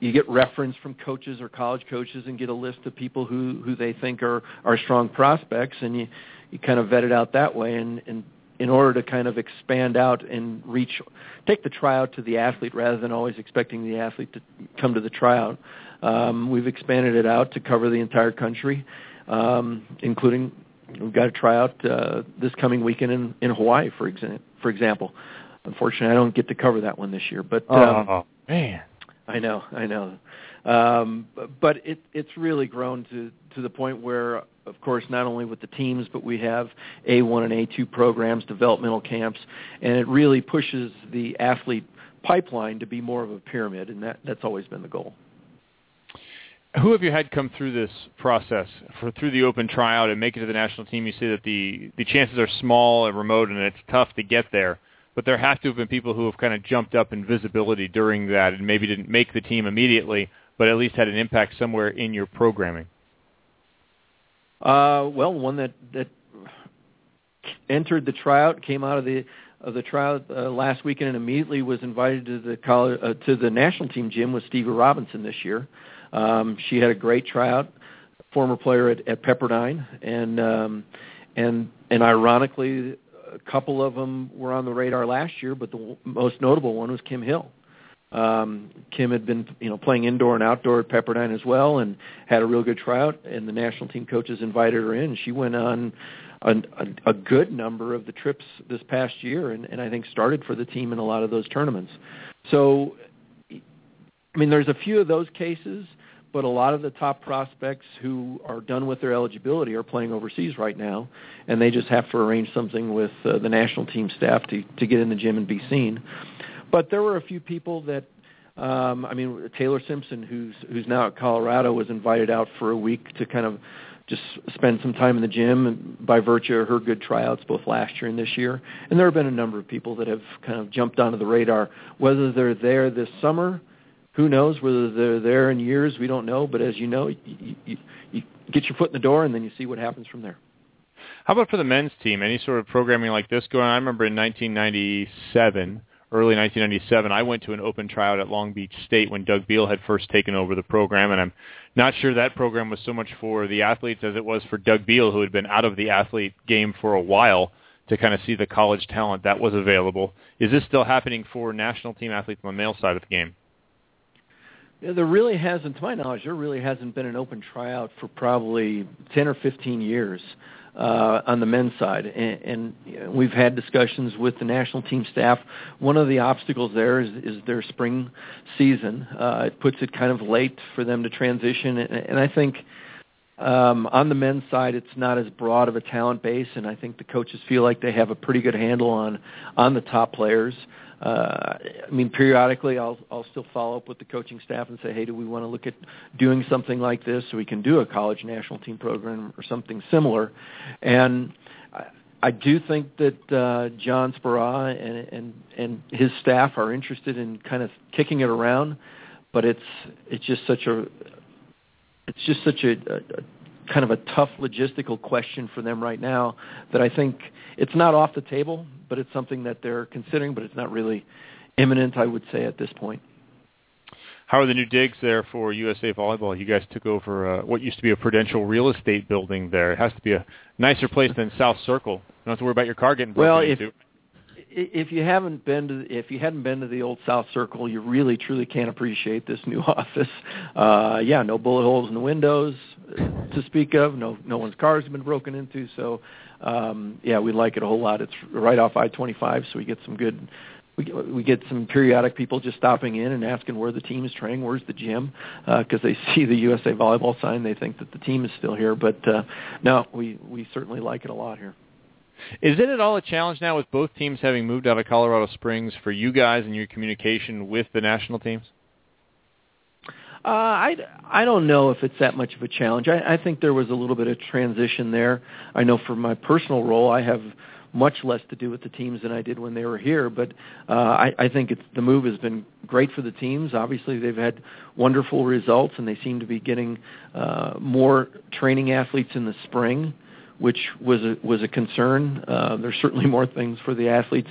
F: you get reference from coaches or college coaches and get a list of people who, who they think are, are strong prospects, and you, you kind of vet it out that way. And, and in order to kind of expand out and reach, take the tryout to the athlete rather than always expecting the athlete to come to the tryout. Um, we've expanded it out to cover the entire country, um, including we've got a tryout uh, this coming weekend in, in Hawaii, for, exa- for example. Unfortunately, I don't get to cover that one this year, but um,
C: oh man,
F: I know, I know. Um, bu- but it, it's really grown to, to the point where, of course, not only with the teams, but we have A1 and A2 programs, developmental camps, and it really pushes the athlete pipeline to be more of a pyramid, and that, that's always been the goal.
C: who have you had come through this process for through the open tryout and make it to the national team? You say that the the chances are small and remote, and it's tough to get there. But there have to have been people who have kind of jumped up in visibility during that, and maybe didn't make the team immediately, but at least had an impact somewhere in your programming.
F: Uh, well, one that that entered the tryout, came out of the of the tryout uh, last weekend, and immediately was invited to the college, uh, to the national team gym with Stevie Robinson this year. Um, she had a great tryout, former player at, at Pepperdine, and um, and and ironically, a couple of them were on the radar last year, but the w- most notable one was Kim Hill. Um, Kim had been, you know, playing indoor and outdoor at Pepperdine as well, and had a real good tryout. And the national team coaches invited her in. She went on an, a, a good number of the trips this past year, and, and I think started for the team in a lot of those tournaments. So, I mean, there's a few of those cases, but a lot of the top prospects who are done with their eligibility are playing overseas right now, and they just have to arrange something with uh, the national team staff to to get in the gym and be seen. But there were a few people that, um, I mean, Taylor Simpson, who's who's now at Colorado, was invited out for a week to kind of just spend some time in the gym and by virtue of her good tryouts both last year and this year. And there have been a number of people that have kind of jumped onto the radar. Whether they're there this summer, who knows? Whether they're there in years, we don't know. But as you know, you, you, you get your foot in the door and then you see what happens from there.
C: How about for the men's team? Any sort of programming like this going on? I remember in 1997, early 1997, I went to an open tryout at Long Beach State when Doug Beal had first taken over the program, and I'm not sure that program was so much for the athletes as it was for Doug Beal, who had been out of the athlete game for a while, to kind of see the college talent that was available. Is this still happening for national team athletes on the male side of the game?
F: Yeah, there really hasn't, to my knowledge, there really hasn't been an open tryout for probably 10 or 15 years uh, on the men's side. And, and you know, we've had discussions with the national team staff. One of the obstacles there is, is their spring season. Uh, it puts it kind of late for them to transition. And, and I think um, on the men's side, it's not as broad of a talent base, and I think the coaches feel like they have a pretty good handle on on the top players. Uh, I mean, periodically, I'll I'll still follow up with the coaching staff and say, hey, do we want to look at doing something like this so we can do a college national team program or something similar? And I, I do think that uh, John Sparrow and, and and his staff are interested in kind of kicking it around, but it's it's just such a it's just such a, a, a kind of a tough logistical question for them right now that I think it's not off the table, but it's something that they're considering, but it's not really imminent, I would say, at this point.
C: How are the new digs there for USA Volleyball? You guys took over uh, what used to be a Prudential real estate building there. It has to be a nicer place than South Circle. You don't have to worry about your car getting broken
F: Well, if-
C: into.
F: if you haven't been to if you hadn't been to the old South Circle, you really truly can't appreciate this new office. Uh, yeah, no bullet holes in the windows to speak of. No no one's cars have been broken into. So um, yeah, we like it a whole lot. It's right off I-25, so we get some good. We get, we get some periodic people just stopping in and asking where the team is training, where's the gym, because uh, they see the USA volleyball sign, they think that the team is still here. But uh, no, we we certainly like it a lot here.
C: Is it at all a challenge now with both teams having moved out of Colorado Springs for you guys and your communication with the national teams?
F: Uh, I I don't know if it's that much of a challenge. I, I think there was a little bit of transition there. I know for my personal role, I have much less to do with the teams than I did when they were here. But uh, I, I think it's, the move has been great for the teams. Obviously, they've had wonderful results, and they seem to be getting uh, more training athletes in the spring which was a, was a concern. Uh, there's certainly more things for the athletes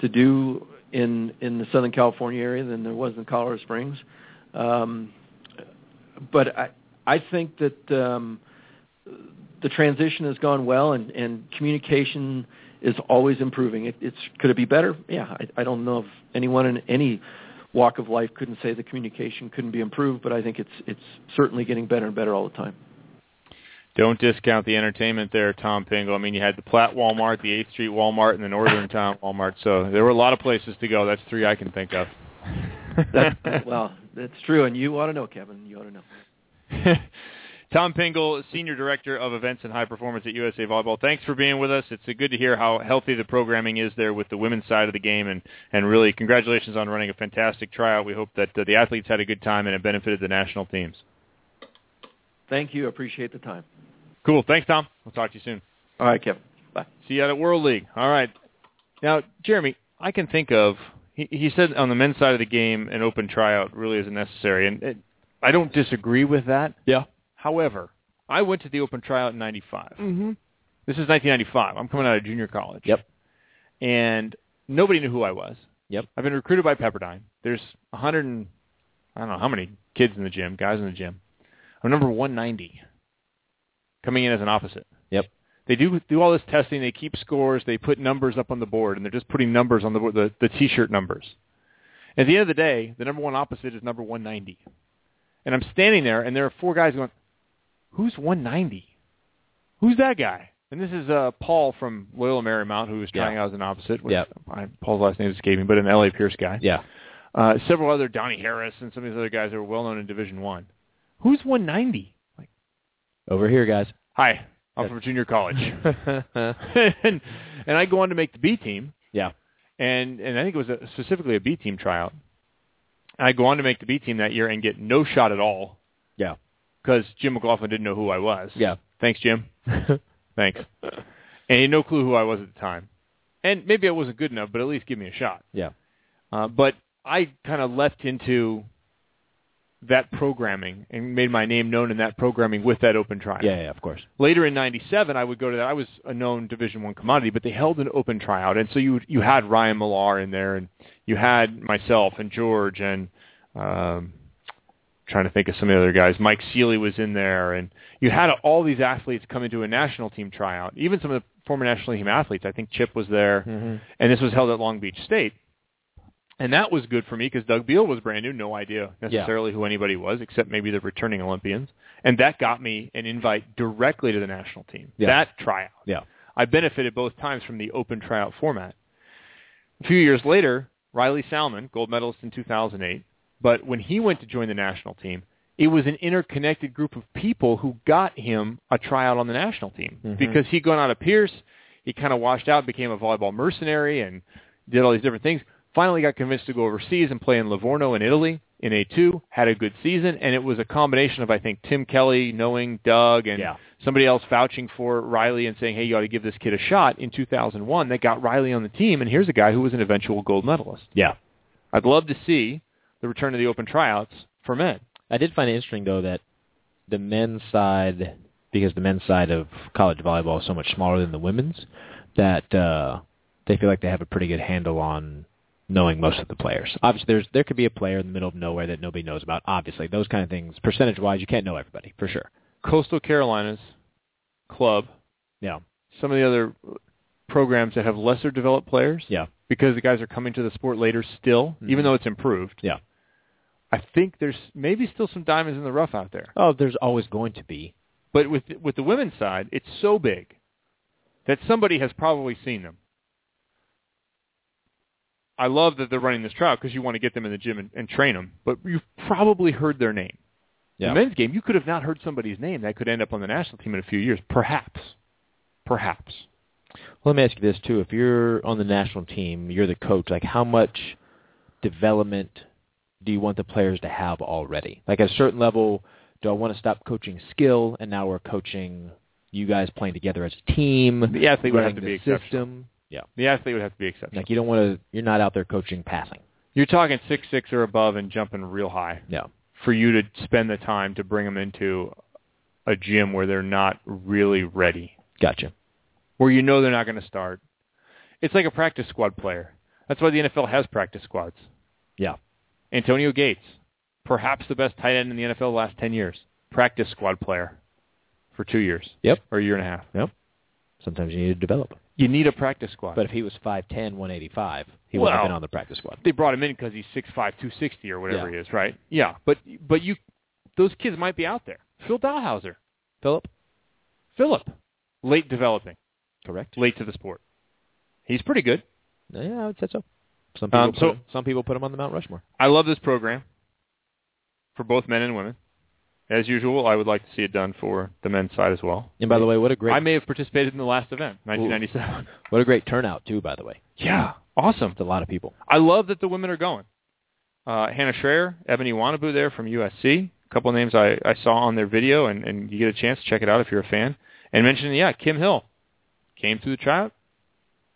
F: to do in in the Southern California area than there was in Colorado Springs. Um, but I I think that um, the transition has gone well, and, and communication is always improving. It, it's could it be better? Yeah, I, I don't know if anyone in any walk of life couldn't say the communication couldn't be improved, but I think it's it's certainly getting better and better all the time.
C: Don't discount the entertainment there, Tom Pingle. I mean, you had the Platt Walmart, the 8th Street Walmart, and the Northern Town Walmart. So there were a lot of places to go. That's three I can think of.
F: that's, well, that's true, and you ought to know, Kevin. You ought to know.
C: Tom Pingle, Senior Director of Events and High Performance at USA Volleyball. Thanks for being with us. It's good to hear how healthy the programming is there with the women's side of the game, and, and really congratulations on running a fantastic tryout. We hope that uh, the athletes had a good time and it benefited the national teams.
F: Thank you. Appreciate the time.
C: Cool. Thanks, Tom. We'll talk to you soon.
F: All right, Kevin. Bye.
C: See you out at World League. All right. Now, Jeremy, I can think of. He, he said on the men's side of the game, an open tryout really isn't necessary, and it, I don't disagree with that.
E: Yeah.
C: However, I went to the open tryout in '95.
E: Mm-hmm.
C: This is 1995. I'm coming out of junior college.
E: Yep.
C: And nobody knew who I was.
E: Yep.
C: I've been recruited by Pepperdine. There's 100 and I don't know how many kids in the gym, guys in the gym. I'm number 190 coming in as an opposite.
E: Yep.
C: They do do all this testing. They keep scores. They put numbers up on the board, and they're just putting numbers on the board, the, the T-shirt numbers. At the end of the day, the number one opposite is number 190. And I'm standing there, and there are four guys going, who's 190? Who's that guy? And this is uh, Paul from Loyola Marymount, who was trying
E: Yeah.
C: out as an opposite. Which
E: Yeah.
C: I, Paul's last name is escaping, but an L.A. Pierce guy.
E: Yeah.
C: Uh, several other, Donnie Harris and some of these other guys that were well-known in Division One. Who's 190?
E: Over here, guys.
C: Hi, I'm from junior college, and, and I go on to make the B team,
E: Yeah.
C: and and I think it was a, specifically a B team tryout. I go on to make the B team that year and get no shot at all.
E: Yeah.
C: because Jim McLaughlin didn't know who I was.
E: Yeah.
C: thanks, Jim. thanks, and he had no clue who I was at the time, and maybe I wasn't good enough, but at least give me a shot.
E: Yeah.
C: Uh, but I kind of left into that programming and made my name known in that programming with that open trial.
E: Yeah, yeah, of course.
C: Later in '97, I would go to that. I was a known Division One commodity, but they held an open tryout, and so you you had Ryan Millar in there, and you had myself and George, and um, trying to think of some of the other guys. Mike Seely was in there, and you had all these athletes come into a national team tryout. Even some of the former national team athletes. I think Chip was there, and this was held at Long Beach State. And that was good for me because Doug Beal was brand new, no idea necessarily who anybody was, except maybe the returning Olympians. And that got me an invite directly to the national team.
E: Yeah.
C: That tryout.
E: Yeah.
C: I benefited both times from the open tryout format. A few years later, Riley Salmon, gold medalist in 2008, but when he went to join the national team, it was an interconnected group of people who got him a tryout on the national team
E: Mhm.
C: because he'd gone out of Pierce, he kind of washed out, became a volleyball mercenary, and did all these different things. Finally, got convinced to go overseas and play in Livorno in Italy in A2. Had a good season, and it was a combination of I think Tim Kelly knowing Doug and
E: Yeah.
C: somebody else vouching for Riley and saying, "Hey, you ought to give this kid a shot." In 2001, that got Riley on the team, and here's a guy who was an eventual gold medalist.
E: Yeah.
C: I'd love to see the return of the open tryouts for men.
E: I did find it interesting though that the men's side, because the men's side of college volleyball is so much smaller than the women's, that uh, they feel like they have a pretty good handle on knowing most of the players. Obviously, there's there could be a player in the middle of nowhere that nobody knows about. Obviously, those kind of things, percentage wise, you can't know everybody for sure.
C: Coastal Carolinas club,
E: Yeah,
C: some of the other programs that have lesser developed players,
E: yeah, Mm-hmm.
C: because the guys are coming to the sport later still, even though it's improved.
E: Yeah.
C: I think there's maybe still some diamonds in the rough out there.
E: Oh, there's always going to be.
C: But with with the women's side, it's so big that somebody has probably seen them. I love that they're running this trial because you want to get them in the gym and, and train them, but you've probably heard their name.
E: Yeah.
C: The men's game, you could have not heard somebody's name that could end up on the national team in a few years, perhaps. Perhaps.
E: Well, let me ask you this too: If you're on the national team, you're the coach. Like, how much development do you want the players to have already? Like, at a certain level, do I want to stop coaching skill and now we're coaching you guys playing together as a team?
C: The athlete would have
E: running
C: to
E: the
C: be exceptional.
E: system. Yeah,
C: The athlete would have to be exceptional.
E: like you don't want to. You're not out there coaching passing.
C: You're talking six six or above and jumping real high.
E: Yeah.
C: For you to spend the time to bring them into a gym where they're not really ready,
E: Gotcha.
C: where you know they're not going to start. It's like a practice squad player. That's why the NFL has practice squads.
E: Yeah.
C: Antonio Gates, perhaps the best tight end in the NFL the last 10 years, practice squad player for 2 years.
E: Yep.
C: Or a year and a half.
E: Yep. Sometimes you need to develop.
C: You need a practice squad.
E: But if he was 5'10", 185, he would have
C: Well-
E: been on the practice squad.
C: they brought him in because he's 6'5", 260 or whatever
E: Yeah.
C: he is, right? Yeah, but but you, those kids might be out there. Phil Dahlhauser,
E: Philip,
C: Philip, late developing,
E: correct?
C: late to the sport. He's pretty good.
E: Yeah, I would say so. Some people,
C: Um,
E: put
C: so-
E: him, some people put him on the Mount Rushmore.
C: I love this program for both men and women. As usual, I would like to see it done for the men's side as well.
E: And by the way, what a great
C: I may have participated in the last event, 1997.
E: what a great turnout too. By the way,
C: Yeah, awesome.
E: it's a lot of people.
C: I love that the women are going. Uh, Hannah Schreier, Ebony Wanabu there from USC. A couple names I, I saw on their video, and, and you get a chance to check it out if you're a fan. And mention, yeah, Kim Hill came through the tryout.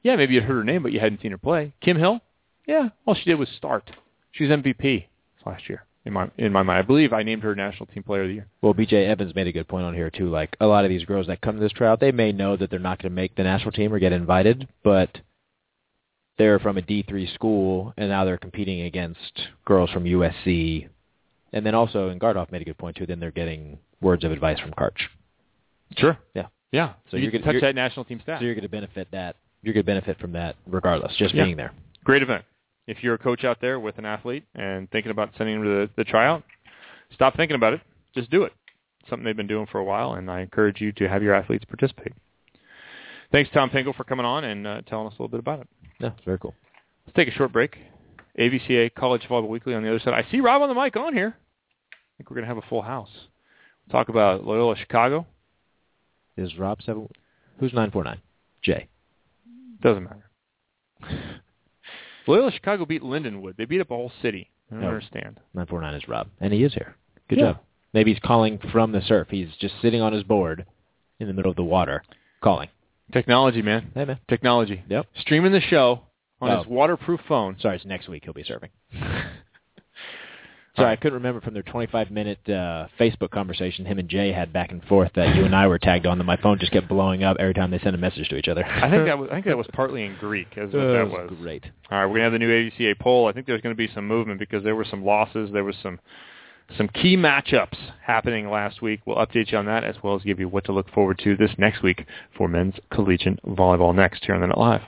C: Yeah, maybe you'd heard her name, but you hadn't seen her play. Kim Hill, yeah, all she did was start. She was MVP last year in my in my mind. I believe I named her National Team Player of the Year.
E: Well, BJ Evans made a good point on here too. Like a lot of these girls that come to this tryout, they may know that they're not going to make the national team or get invited, but they're from a D three school, and now they're competing against girls from USC. And then also, and Gardoff made a good point too. Then they're getting words of advice from Karch,
C: Sure.
E: Yeah.
C: Yeah.
E: So
C: So you
E: you're
C: can
E: gonna-
C: touch
E: you're-
C: that national team staff.
E: so you're going to benefit that. You're going to benefit from that regardless, just
C: Yeah.
E: being there.
C: great event. If you're a coach out there with an athlete and thinking about sending him to the, the tryout, stop thinking about it. Just do it. It's something they've been doing for a while, and I encourage you to have your athletes participate. Thanks, Tom Finkel, for coming on and uh, telling us a little bit about it.
E: Yeah, it's very cool.
C: Let's take a short break. AVCA College Volleyball Weekly on the other side. I see Rob on the mic on here. I think we're going to have a full house. We'll talk about Loyola Chicago.
E: Is Rob seven? Who's nine four nine? Jay.
C: Doesn't matter. Loyola Chicago beat Lindenwood. They beat up a whole city. I don't
E: No.
C: understand.
E: 949 is Rob, and he is here. Good
C: Yeah.
E: job. Maybe he's calling from the surf. He's just sitting on his board in the middle of the water calling.
C: Technology, man.
E: Hey, man.
C: Technology.
E: Yep.
C: Streaming the show on his
E: Oh.
C: waterproof phone.
E: Sorry, it's next week he'll be surfing.
C: All
E: Sorry, I
C: right.
E: couldn't remember from their 25-minute uh, Facebook conversation him and Jay had back and forth that you and I were tagged on that my phone just kept blowing up every time they sent a message to each other.
C: I think that was I think that was partly in Greek, as what that was.
E: great.
C: All right, we're gonna have the new ADCA poll. I think there's gonna be some movement because there were some losses, there was some some key matchups happening last week. We'll update you on that as well as give you what to look forward to this next week for men's collegiate volleyball next here on the Net Live.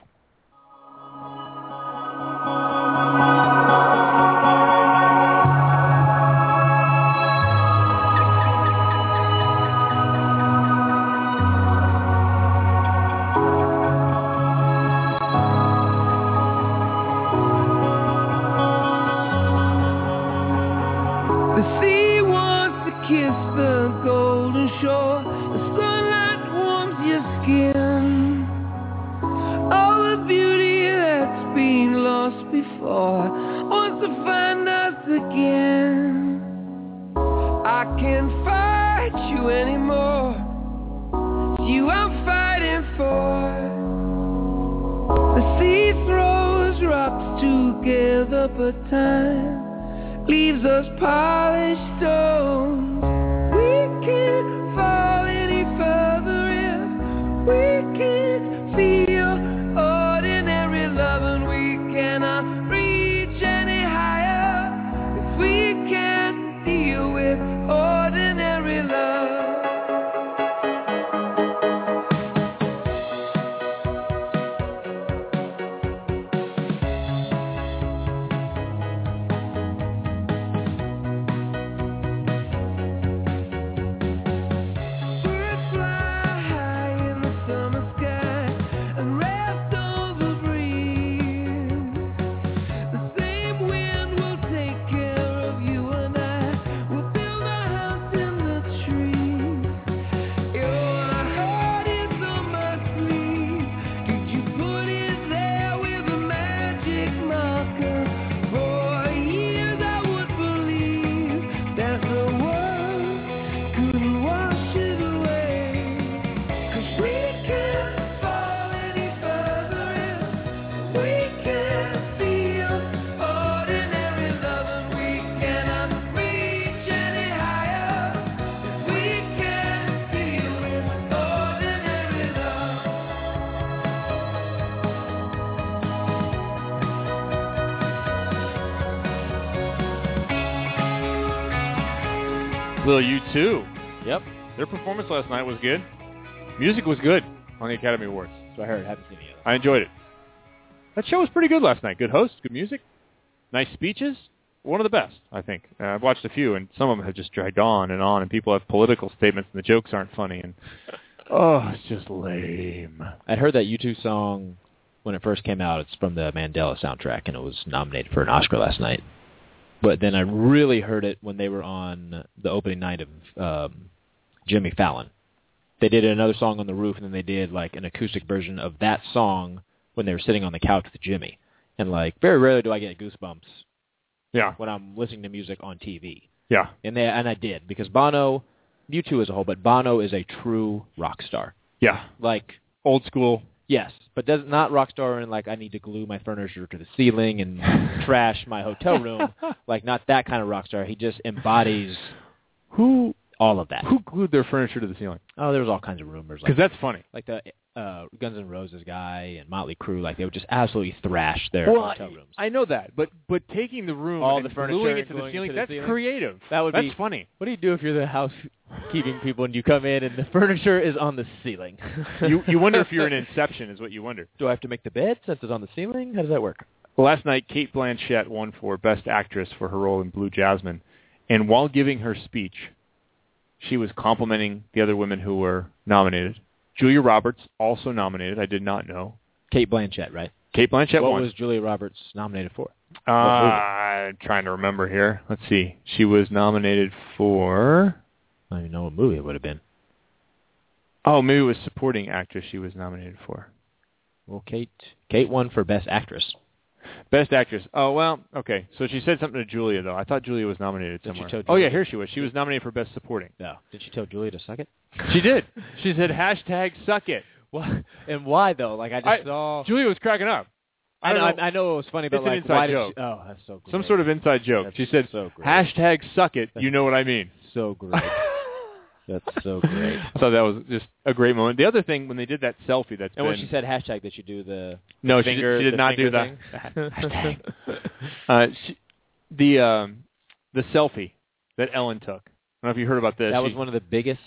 A: The sea wants to kiss the golden shore. The sunlight warms your skin. All the beauty that's been lost before wants to find us again. I can't fight you anymore. It's you I'm fighting for. The sea throws rocks together, but time leaves us polished stone. We can't fall any further if we can't feel ordinary love, and we cannot reach any higher if we can't deal with ordinary love.
C: Little U2.
E: Yep.
C: Their performance last night was good. Music was good on the Academy Awards.
E: So I heard. Haven't seen it yet.
C: I enjoyed it. That show was pretty good last night. Good hosts, good music, nice speeches. One of the best, I think. Uh, I've watched a few, and some of them have just dragged on and on, and people have political statements, and the jokes aren't funny, and oh, it's just lame.
E: I'd heard that U2 song when it first came out. It's from the Mandela soundtrack, and it was nominated for an Oscar last night. But then I really heard it when they were on the opening night of um, Jimmy Fallon. They did another song on the roof, and then they did like an acoustic version of that song when they were sitting on the couch with Jimmy. And like, very rarely do I get goosebumps.
C: Yeah.
E: When I'm listening to music on TV.
C: Yeah.
E: And they and I did because Bono, you two as a whole, but Bono is a true rock star.
C: Yeah.
E: Like
C: Old school.
E: Yes, but does not rock star in like I need to glue my furniture to the ceiling and trash my hotel room. like not that kind of rock star. He just embodies
C: who
E: all of that.
C: Who glued their furniture to the ceiling?
E: Oh, there was all kinds of rumors.
C: Because
E: like,
C: that's funny.
E: Like the uh, Guns N' Roses guy and Motley Crue, like they would just absolutely thrash their
C: well,
E: hotel rooms.
C: I know that, but but taking the room,
E: all
C: and
E: the furniture,
C: gluing it to
E: and
C: the
E: gluing
C: ceiling,
E: to
C: that's
E: ceiling.
C: creative.
E: That would
C: that's
E: be
C: funny.
E: What do you do if you're the housekeeping people and you come in and the furniture is on the ceiling?
C: you you wonder if you're an Inception, is what you wonder.
E: Do I have to make the bed since it's on the ceiling? How does that work?
C: Last night, Kate Blanchett won for Best Actress for her role in Blue Jasmine, and while giving her speech, she was complimenting the other women who were nominated. Julia Roberts also nominated. I did not know.
E: Kate Blanchett, right?
C: Kate Blanchett
E: what
C: won.
E: was Julia Roberts nominated for?
C: Uh, I'm trying to remember here. Let's see. She was nominated for.
E: I don't even know what movie it would have been.
C: Oh, maybe it was supporting actress she was nominated for.
E: Well, Kate Kate won for Best Actress.
C: Best actress. Oh well, okay. So she said something to Julia though. I thought Julia was nominated
E: Did she
C: somewhere.
E: tell
C: oh yeah,
E: Julia-
C: here she was. She was nominated for best supporting.
E: No. Did she tell Julia to suck it?
C: Oh. She did. She said hashtag suck it.
E: Why? And why though? Like I just
C: I-
E: saw.
C: Julia was cracking up. I
E: I know,
C: don't
E: I, I know it was funny, but
C: It's an
E: like,
C: inside
E: why
C: joke.
E: did she? Oh, that's so great.
C: Some sort of inside joke.
E: That's
C: she said
E: so great.
C: hashtag suck it. You know what I mean.
E: so great. that's so great.
C: I thought that was just a great moment. The other thing when they did that selfie, that's
E: And when
C: been-
E: she said hashtag, did she do the
C: No, she did-
E: finger,
C: she did
E: the
C: not do
E: finger thing?
C: that. uh, she, the um, the selfie that Ellen took. I don't know if you heard about this.
E: that was
C: She-
E: one of the biggest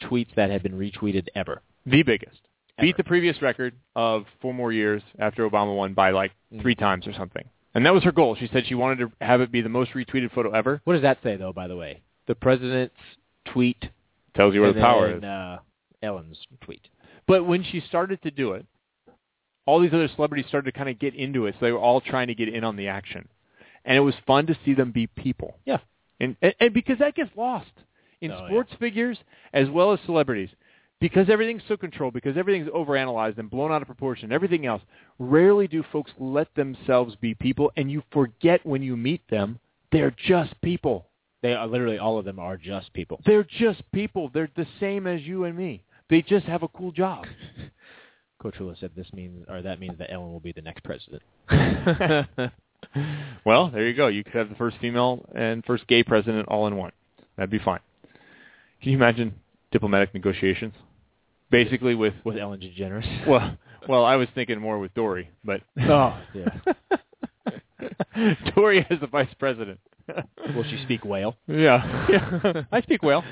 E: tweets that had been retweeted ever.
C: the biggest.
E: Ever.
C: Beat the previous record of four more years after Obama won by like
E: Mm.
C: three times or something. And that was her goal. She said she wanted to have it be the most retweeted photo ever.
E: What does that say though? By the way, the president's tweet.
C: Tells you where
E: and
C: the power
E: then,
C: is.
E: Uh, Ellen's tweet.
C: But when she started to do it, all these other celebrities started to kind of get into it. So they were all trying to get in on the action. And it was fun to see them be people.
E: Yeah.
C: And, and, and because that gets lost in
E: Oh, yeah.
C: sports figures as well as celebrities. Because everything's so controlled, because everything's overanalyzed and blown out of proportion, everything else, rarely do folks let themselves be people, and you forget when you meet them, they're just people.
E: They are literally all of them are just people.
C: They're just people. They're the same as you and me. They just have a cool job.
E: Coachella said this means or that means that Ellen will be the next president.
C: well, there you go. You could have the first female and first gay president all in one. That'd be fine. Can you imagine diplomatic negotiations? Basically, with
E: With Ellen DeGeneres.
C: well, well, I was thinking more with Dory, but
E: Oh, yeah.
C: Dory as the vice president.
E: Will she speak whale?
C: Yeah, yeah. I speak well.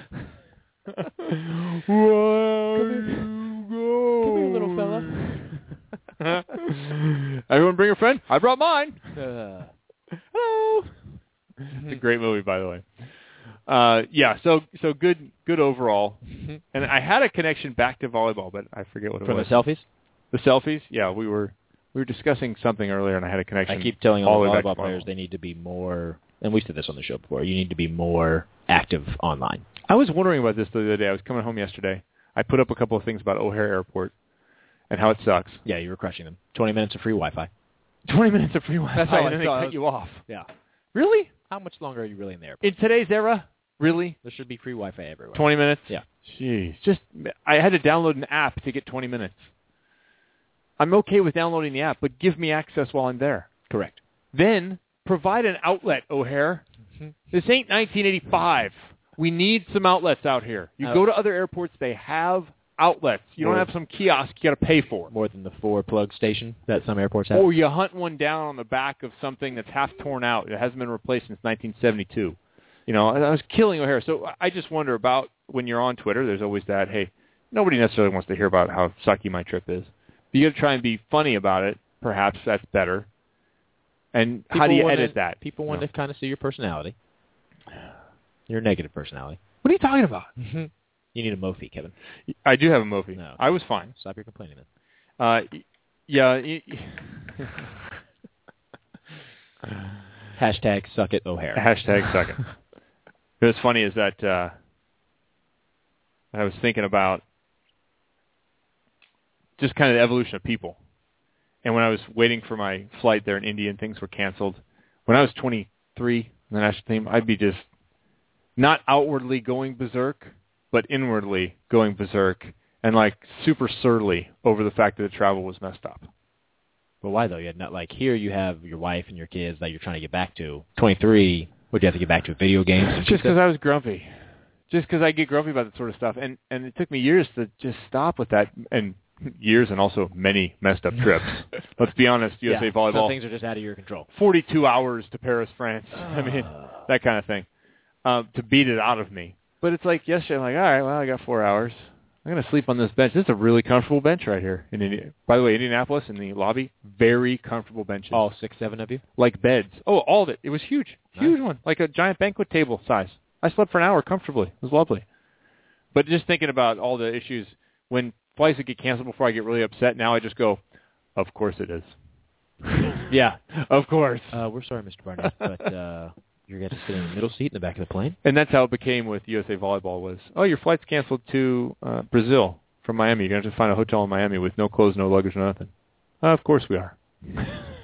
C: Where you go?
E: Come here, little fella.
C: Everyone, bring a friend. I brought mine.
E: Uh,
C: Hello.
E: Mm-hmm.
C: It's a great movie, by the way. Uh, yeah, so so good good overall. And I had a connection back to volleyball, but I forget what it
E: Mm-hmm. from the
C: was.
E: selfies.
C: the selfies? Yeah, we were we were discussing something earlier, and I had a connection.
E: I keep telling all,
C: the way back
E: the
C: to
E: volleyball players
C: volleyball.
E: they need to be more. And we said this on the show before. You need to be more active online.
C: I was wondering about this the other day. I was coming home yesterday. I put up a couple of things about O'Hare Airport and how it sucks.
E: Yeah, you were crushing them. Twenty minutes of free Wi-Fi.
C: Twenty minutes of free Wi-Fi,
E: That's all I
C: and then they
E: saw.
C: cut you off.
E: Yeah.
C: Really?
E: How much longer are you really in there?
C: In today's era, really?
E: There should be free Wi-Fi everywhere.
C: Twenty minutes?
E: Yeah.
C: Jeez, just I had to download an app to get 20 minutes. I'm okay with downloading the app, but give me access while I'm there.
E: Correct.
C: Then provide an outlet, O'Hare.
E: Mm-hmm.
C: This ain't 1985. We need some outlets out here. You
E: Oh.
C: go to other airports, they have outlets. You don't
E: Word.
C: have some kiosk you got to pay for.
E: More than the four plug station that some airports have.
C: Or you hunt one down on the back of something that's half torn out. It hasn't been replaced since 1972. You know, and I was killing O'Hara. So I- I just wonder about when you're on Twitter. There's always that. Hey, nobody necessarily wants to hear about how sucky my trip is. But you got to try and be funny about it. Perhaps that's better. And how
E: People
C: do you
E: wanna-
C: edit that?
E: People want
C: No.
E: to kind of see your personality. Your negative personality. Mm-hmm.
C: What are you talking about?
E: you need a Mophie, Kevin.
C: I do have a Mophie.
E: No.
C: I was fine.
E: Stop your complaining, then.
C: Uh, y- yeah. y-
E: Hashtag suck it O'Hare.
C: Hashtag suck it. What's funny is that uh, I was thinking about just kind of the evolution of people. And when I was waiting for my flight there in India and things were canceled, when I was 23 in the national team, I'd be just not outwardly going berserk, but inwardly going berserk and like super surly over the fact that the travel was messed up.
E: But why though? You had not like here you have your wife and your kids that you're trying to get back to. 23. Would you have to get back to video games? and
C: Just
E: pizza?
C: because I was grumpy. Just because I get grumpy about that sort of stuff, and and it took me years to just stop with that, and years and also many messed up trips. Let's be honest,
E: Yeah,
C: USA
E: Some
C: volleyball,
E: things are just out of your control.
C: 42 hours to Paris, France. I mean,
E: Ah.
C: that kind of thing, um, to beat it out of me. But it's like yesterday, I'm like, all right, well, I got four hours. I'm gonna sleep on this bench. This is a really comfortable bench right here. In Indi- by the way, Indianapolis in the lobby, very comfortable benches,
E: All six, seven of you.
C: like beds. Oh, all of it. It was huge, huge one, like a giant banquet table size. I slept for an hour comfortably. It was lovely. But just thinking about all the issues, when flights would get canceled before I get really upset, now I just go, of course it is.
E: Yeah.
C: Of course.
E: Uh, we're sorry, Mr. Barnett, but uh, you're going to sit in the middle seat in the back of the plane.
C: And that's how it became with USA Volleyball was, oh, your flight's canceled to uh, Brazil from Miami. You're going to have to find a hotel in Miami with no clothes, no luggage, no nothing. Uh, of course we are.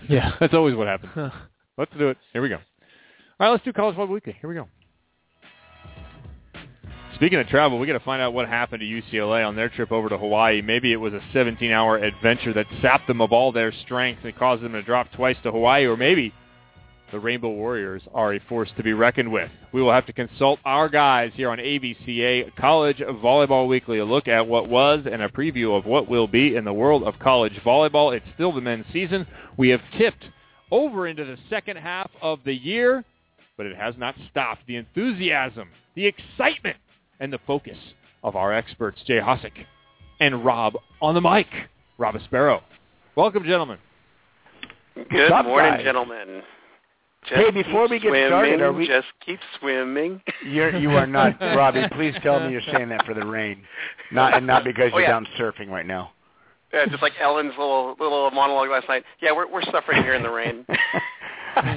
E: Yeah.
C: That's always what happens. Let's do it. Here we go. All right, let's do College Football Weekly. Here we go. Speaking of travel, we got to find out what happened to UCLA on their trip over to Hawaii. Maybe it was a 17-hour adventure that sapped them of all their strength and caused them to drop twice to Hawaii, or maybe the Rainbow Warriors are a force to be reckoned with. We will have to consult our guys here on ABCA College Volleyball Weekly, a look at what was and a preview of what will be in the world of college volleyball. It's still the men's season. We have tipped over into the second half of the year, but it has not stopped the enthusiasm, the excitement, and the focus of our experts, Jay Hosick and Rob on the mic, Rob Aspero. Welcome, gentlemen.
I: Good
C: Stop
I: morning,
C: by.
I: gentlemen. Just
H: Hey, before
I: keep
H: we get
I: swimming,
H: started, are we-
I: just keep swimming?
H: You're, you are not, Robbie. Please tell me you're saying that for the rain, not and not because
I: Oh,
H: you're
I: yeah.
H: down surfing right now.
I: Yeah, just like Ellen's little little monologue last night. Yeah, we're we're suffering here in the rain.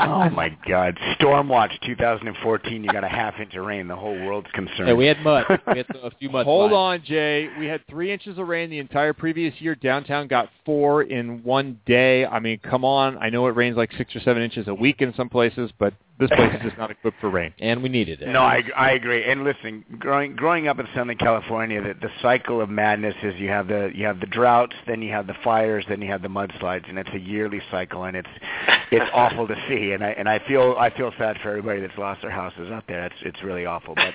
H: oh my God! Storm Watch 2014. You got a half inch of rain. The whole world's concerned.
E: Hey, we had mud. We had a few mud.
C: Hold
E: flies.
C: on, Jay. We had three inches of rain the entire previous year. Downtown got four in one day. I mean, come on. I know it rains like six or seven inches a week in some places, but this place is just not equipped for rain.
E: And we needed
H: No, I I agree. And listen, growing growing up in Southern California, the, the cycle of madness is you have the you have the droughts, then you have the fires, then you have the mudslides, and it's a yearly cycle, and it's it's awful to see. And I and I feel I feel sad for everybody that's lost their houses out there. It's it's really awful. But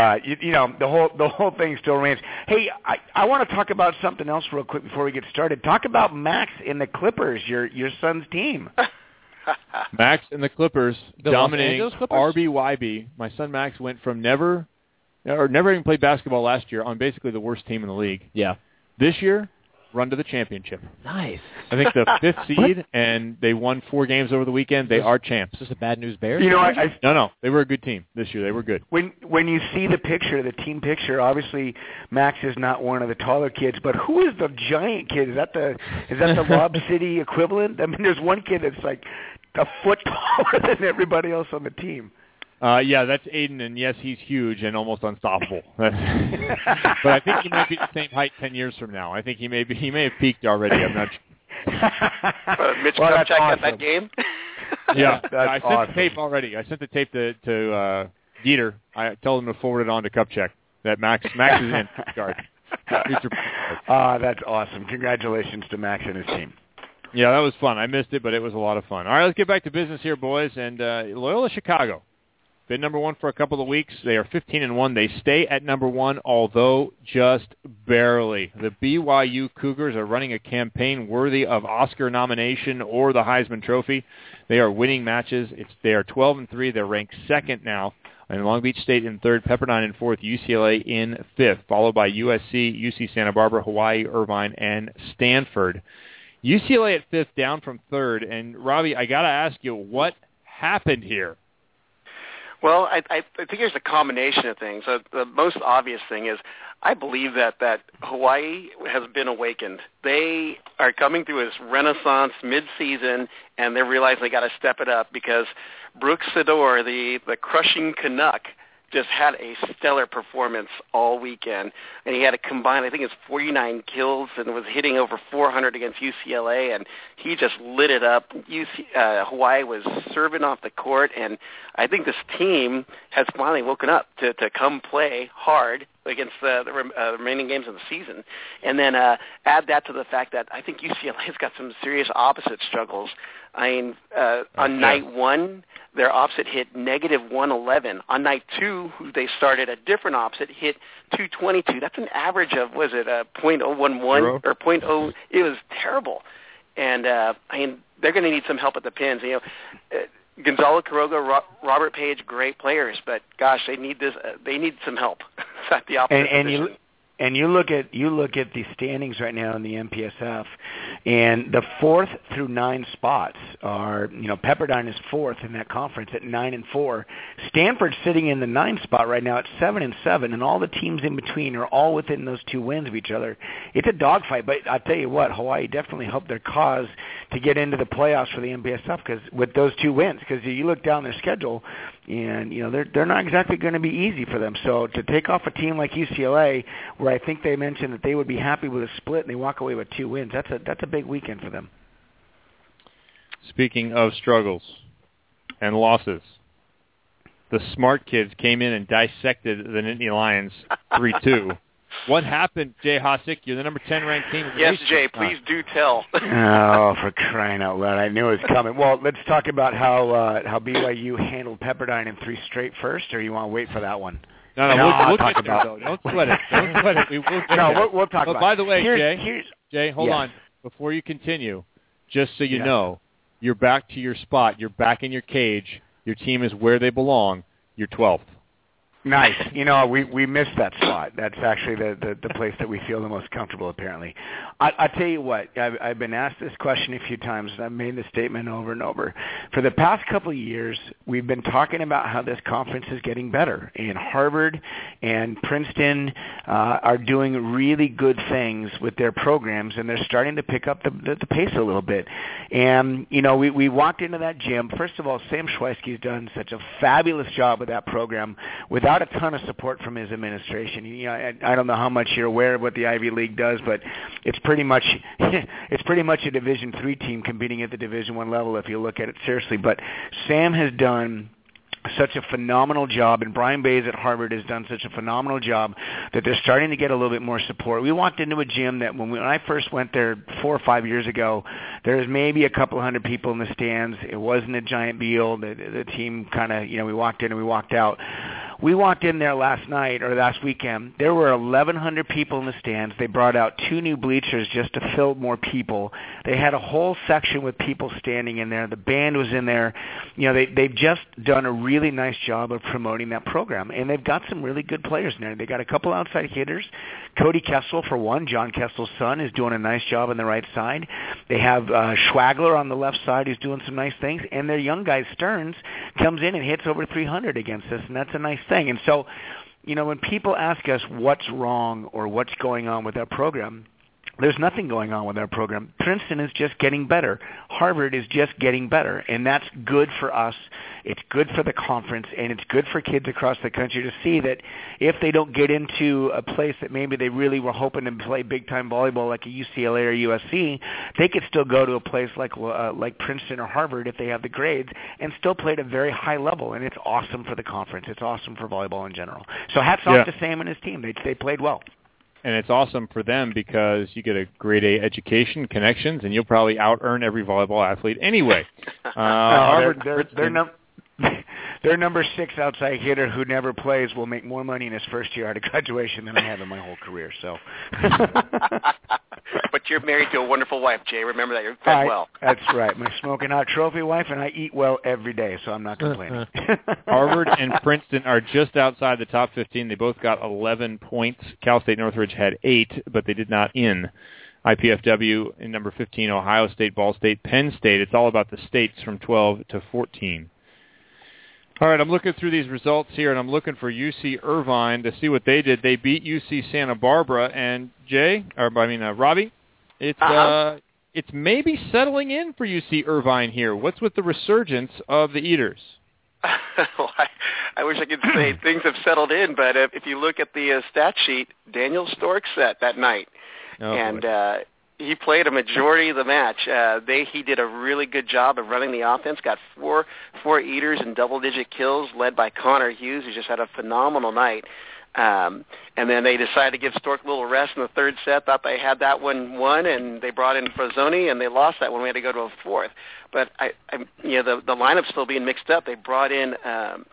H: uh, you, you know the whole the whole thing still rains. Hey, I I want to talk about something else real quick before we get started. Talk about Max and the Clippers, your your son's team.
C: Max and the Clippers
H: The Los
C: dominating
H: Angeles Clippers?
C: RBYB. My son Max went from never or never even played basketball last year on basically the worst team in the league.
E: Yeah.
C: This year, run to the championship.
E: Nice.
C: I think the fifth seed, and they won four games over the weekend. They are champs. Is
E: this a bad news bear?
H: You know, I- I-
C: no, no, they were a good team this year. They were good.
H: when when you see the picture, the team picture, obviously Max is not one of the taller kids, but who is the giant kid? Is that the is that the Lob City equivalent? I mean, there's one kid that's like a foot taller than everybody else on the team.
C: Uh, yeah, that's Aiden, and yes, he's huge and almost unstoppable. That's- but I think he might be the same height ten years from now. I think he may be. He may have peaked already. I'm not.
I: Uh, Mitch
H: Well, that's
I: Kupchak at
H: awesome.
I: that game.
C: Yeah,
H: That's
C: I sent
H: awesome.
C: the tape already. I sent the tape to to uh, Dieter. I told him to forward it on to Kupchak. That Max Max is in guard. Future-
H: Ah, that's awesome. Congratulations to Max and his team.
C: Yeah, that was fun. I missed it, but it was a lot of fun. All right, let's get back to business here, boys. And uh, Loyola Chicago, been number one for a couple of weeks. They are 15 and one. They stay at number one, although just barely. The BYU Cougars are running a campaign worthy of Oscar nomination or the Heisman Trophy. They are winning matches. It's they are 12 and three. They're ranked second now and Long Beach State in third, Pepperdine in fourth, UCLA in fifth, followed by USC, UC Santa Barbara, Hawaii, Irvine, and Stanford. UCLA at fifth, down from third. And Robbie, I got to ask you, what happened here?
I: Well, I, I I think there's a combination of things. Uh, the most obvious thing is I believe that that Hawaii has been awakened. They are coming through this renaissance mid-season, and they realize they got to step it up because Brooks Sador, the the crushing Canuck, just had a stellar performance all weekend, and he had a combined I think it's 49 kills and was hitting over 400 against UCLA, and he just lit it up. UC, uh, Hawaii was serving off the court, and I think this team has finally woken up to to come play hard against the, the rem- uh, remaining games of the season, and then uh, add that to the fact that I think UCLA's got some serious opposite struggles. I mean, uh, on night one, their opposite hit negative 111. On night two, who they started a different opposite hit 222. That's an average of was it uh, a .011
M: Zero?
I: or .0? It was terrible, and uh, I mean they're going to need some help at the pins. You know. Uh, Gonzalo Quiroga, Ro- Robert Page, great players, but gosh, they need this. Uh, they need some help at the opposite
H: and, and
I: position.
H: you and you look at you look at the standings right now in the MPSF, and the fourth through nine spots are you know Pepperdine is fourth in that conference at nine and four. Stanford's sitting in the nine spot right now at seven and seven, and all the teams in between are all within those two wins of each other. It's a dogfight, but I tell you what, Hawaii definitely helped their cause to get into the playoffs for the MPSF because with those two wins, because you look down their schedule, and you know they're they're not exactly going to be easy for them. So to take off a team like UCLA, where I think they mentioned that they would be happy with a split and they walk away with two wins, that's a that's a big weekend for them.
C: Speaking of struggles and losses, the smart kids came in and dissected the Nittany Lions 3-2. what happened, Jay Hosick? You're the number 10 ranked team. in the
I: Yes,
C: nation.
I: Jay, please do tell.
H: oh, for crying out loud! I knew it was coming. Well, let's talk about how uh, how BYU handled Pepperdine in three straight first, or you want to wait for that one?
C: No, no, Uh,
H: No,
C: we'll,
H: I'll
C: we'll
H: talk
C: get there,
H: about-
C: though. Don't sweat it. Don't sweat it. We will get
H: No,
C: there.
H: we'll- we'll talk
C: But
H: about
C: By
H: it.
C: the way,
H: Here's-
C: Jay,
H: here's-
C: Jay, hold
H: Yes.
C: on. Before you continue, just so you
H: Yes.
C: know, you're back to your spot. You're back in your cage. Your team is where they belong. You're 12th.
H: Nice. You know, we we missed that spot. That's actually the the, the place that we feel the most comfortable. Apparently, I, I tell you what. I've, I've been asked this question a few times, and I've made the statement over and over. For the past couple of years, we've been talking about how this conference is getting better, and Harvard and Princeton uh, are doing really good things with their programs, and they're starting to pick up the the, the pace a little bit. And you know, we we walked into that gym. First of all, Sam Schweisky's done such a fabulous job with that program without a ton of support from his administration. You know, I, I don't know how much you're aware of what the Ivy League does, but it's pretty much it's pretty much a Division three team competing at the Division one level if you look at it seriously. But Sam has done such a phenomenal job and Brian Bays at Harvard has done such a phenomenal job that they're starting to get a little bit more support. We walked into a gym that when, we, when I first went there 4 or 5 years ago, there was maybe a couple hundred people in the stands. It wasn't a giant deal. The, the team kind of, you know, we walked in and we walked out. We walked in there last night or last weekend. There were 1,100 people in the stands. They brought out two new bleachers just to fill more people. They had a whole section with people standing in there. The band was in there. You know, they they've just done a really nice job of promoting that program, and they've got some really good players in there. They got a couple outside hitters. Cody Kessel, for one, John Kessel's son, is doing a nice job on the right side. They have uh, Schwagler on the left side, who's doing some nice things, and their young guy Stearns comes in and hits over 300 against us, and that's a nice thing. And so, you know, when people ask us what's wrong or what's going on with our program, there's nothing going on with our program. Princeton is just getting better. Harvard is just getting better, and that's good for us. It's good for the conference, and it's good for kids across the country to see that if they don't get into a place that maybe they really were hoping to play big time volleyball like a UCLA or USC, they could still go to a place like uh, like Princeton or Harvard if they have the grades and still play at a very high level. And it's awesome for the conference. It's awesome for volleyball in general. So hats
C: Yeah.
H: off to Sam and his team. They they played well.
C: and it's awesome for them because you get a grade A education, connections, and you'll probably out earn every volleyball athlete anyway. Uh, Harvard,
H: they're, they're, they're, num- their number six outside hitter who never plays will make more money in his first year out of graduation than I have in my whole career. So
I: but you're married to a wonderful wife, Jay. Remember that. You're
H: All
I: fed
H: right,
I: well.
H: That's right. My smoking hot trophy wife and I eat well every day, so I'm not complaining.
C: Harvard and Princeton are just outside the top 15. They both got 11 points. Cal State Northridge had eight, but they did not in. IPFW in number 15, Ohio State, Ball State, Penn State. It's all about the states from 12 to 14. All right, I'm looking through these results here, and I'm looking for UC Irvine to see what they did. They beat UC Santa Barbara, and Jay, or I mean uh, Robbie, it's uh, it's maybe settling in for UC Irvine here. What's with the resurgence of the Eaters?
I: Well, I, I wish I could say things have settled in, but if, if you look at the uh, stat sheet, Daniel Stork set that night,
C: Oh,
I: and uh, he played a majority of the match. Uh, they he did a really good job of running the offense. Got four four eaters and double digit kills, led by Connor Hughes, who just had a phenomenal night. Um, and then they decided to give Stork a little rest in the third set. Thought they had that one won, and they brought in Frazzoni, and they lost that one. We had to go to a fourth. But I, I you know, the the lineup's still being mixed up. They brought in um,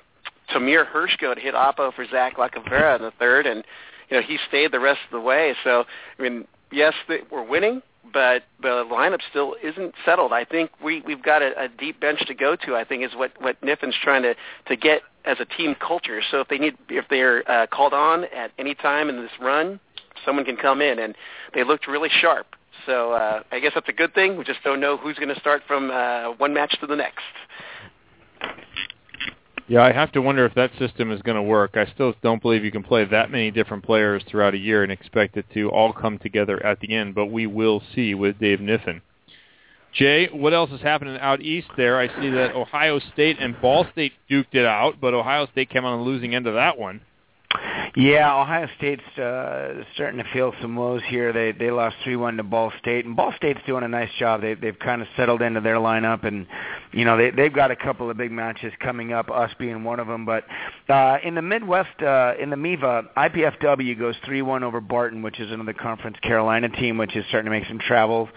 I: Tamir Hershko to hit Oppo for Zach Lacavera in the third, and you know he stayed the rest of the way. So I mean, yes, they, we're winning, but the lineup still isn't settled. I think we we've got a, a deep bench to go to. I think is what what Niffin's trying to to get as a team culture. So if they need if they're uh, called on at any time in this run, someone can come in, and they looked really sharp. So uh, I guess that's a good thing. We just don't know who's going to start from uh, one match to the next.
C: Yeah, I have to wonder if that system is going to work. I still don't believe you can play that many different players throughout a year and expect it to all come together at the end, but we will see with Dave Niffin. Jay, what else is happening out east there? I see that Ohio State and Ball State duked it out, but Ohio State came on the losing end of that one.
H: Yeah, Ohio State's uh, starting to feel some woes here. They they lost three one to Ball State, and Ball State's doing a nice job. They they've kind of settled into their lineup, and you know they they've got a couple of big matches coming up, us being one of them. But uh, in the Midwest, uh, in the MEVA, IPFW goes three one over Barton, which is another conference Carolina team, which is starting to make some travels.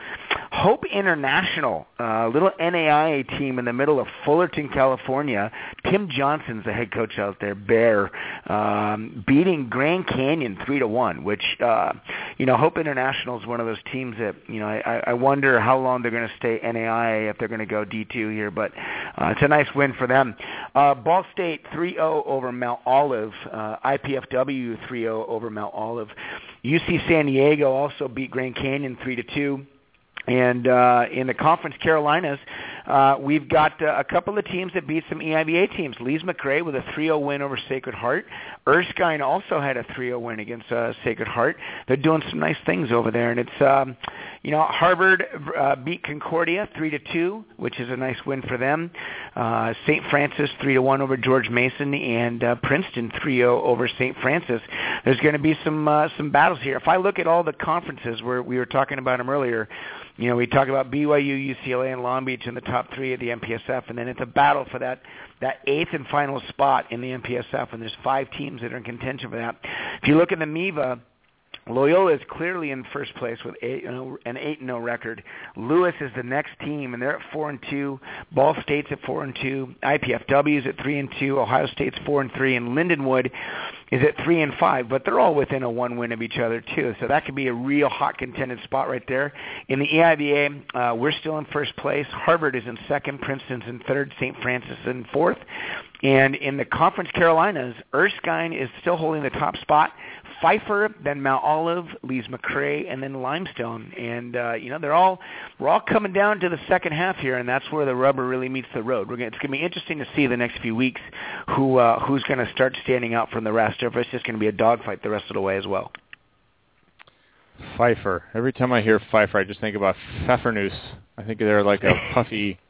H: Hope International, uh, little NAIA team in the middle of Fullerton, California. Tim Johnson's the head coach out there, Bear, um, beating Grand Canyon three to one. Which uh, you know, Hope International is one of those teams that you know. I, I wonder how long they're going to stay NAIA if they're going to go D two here, but uh, it's a nice win for them. Uh, Ball State three zero over Mount Olive. Uh, IPFW three zero over Mount Olive. UC San Diego also beat Grand Canyon three to two. And uh, in the conference Carolinas, uh, we've got uh, a couple of teams that beat some E EIBA teams. Lees McRae with a 3-0 win over Sacred Heart. Erskine also had a 3-0 win against uh, Sacred Heart. They're doing some nice things over there, and it's um, you know Harvard uh, beat Concordia 3-2, which is a nice win for them. Uh, St. Francis 3-1 over George Mason, and uh, Princeton 3-0 over St. Francis. There's going to be some uh, some battles here. If I look at all the conferences where we were talking about them earlier. You know, we talk about BYU, UCLA, and Long Beach in the top three of the MPSF, and then it's a battle for that that eighth and final spot in the MPSF, and there's five teams that are in contention for that. If you look at the E MEVA, Loyola is clearly in first place with eight, and oh- an eight and zero record. Lewis is the next team, and they're at four and two. Ball State's at four and two. IPFW's at three and two. Ohio State's four and three, and Lindenwood is at three and five. But they're all within a one win of each other too, so that could be a real hot contended spot right there. In the EIBA, uh, we're still in first place. Harvard is in second. Princeton's in third. St. Francis in fourth. And in the Conference Carolinas, Erskine is still holding the top spot. Pfeiffer, then Mount Olive, Lees McRae, and then Limestone. And uh, you know they're all we're all coming down to the second half here, and that's where the rubber really meets the road. We're gonna, it's going to be interesting to see the next few weeks who uh, who's going to start standing out from the rest, or if it's just going to be a dogfight the rest of the way as well.
C: Pfeiffer. Every time I hear Pfeiffer, I just think about Pfeffernuss. I think they're like a puffy,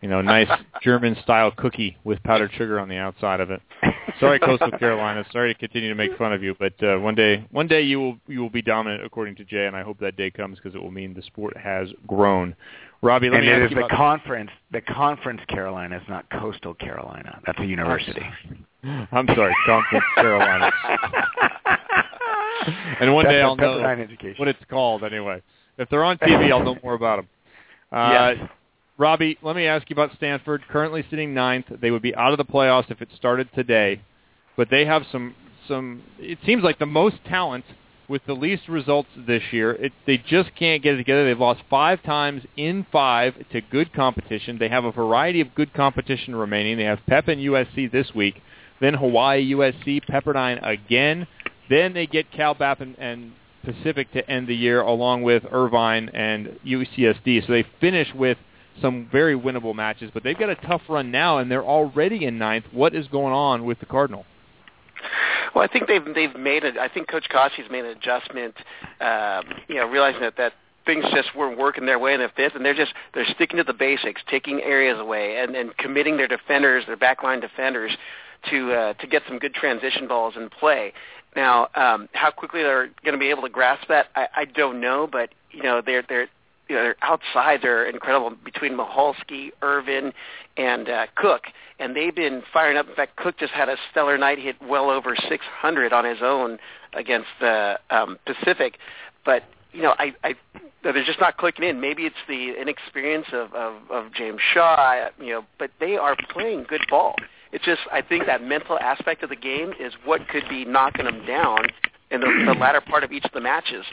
C: you know, nice German-style cookie with powdered sugar on the outside of it. Sorry, Coastal Carolina. Sorry to continue to make fun of you, but uh, one day, one day you will you will be dominant, according to Jay, and I hope that day comes because it will mean the sport has grown. Robbie, let
H: and
C: me
H: it
C: ask
H: is
C: you
H: the
C: about-
H: conference, the Conference Carolina is not Coastal Carolina. That's a university.
C: I'm sorry, Conference Carolina. and one
H: That's
C: day
H: a
C: I'll know
H: Pepperdine education.
C: what it's called anyway. If they're on TV, I'll know more about them. Uh, Robbie, let me ask you about Stanford. Currently sitting ninth, they would be out of the playoffs if it started today, but they have some some. It seems like the most talent with the least results this year. It, they just can't get it together. They've lost five times in five to good competition. They have a variety of good competition remaining. They have Pep and USC this week, then Hawaii, USC, Pepperdine again. Then they get Cal Bap and, and Pacific to end the year, along with Irvine and UCSD. So they finish with some very winnable matches, but they've got a tough run now, and they're already in ninth. What is going on with the Cardinal?
I: Well, I think they've they've made it. I think Coach Koshy's made an adjustment. Um, you know, realizing that that things just weren't working their way in the fifth, and they're just they're sticking to the basics, taking areas away, and and committing their defenders, their backline defenders, to uh, to get some good transition balls in play. Now, um, how quickly they're going to be able to grasp that, I, I don't know, but you know, they're they're you know, they're outside they're incredible between Mahalski, Irvin, and uh, Cook, and they've been firing up. In fact, Cook just had a stellar night, hit well over 600 on his own against the um, Pacific. But you know, I, I they're just not clicking in. Maybe it's the inexperience of, of, of James Shaw, you know, but they are playing good ball. It's just I think that mental aspect of the game is what could be knocking them down in the, the latter part of each of the matches.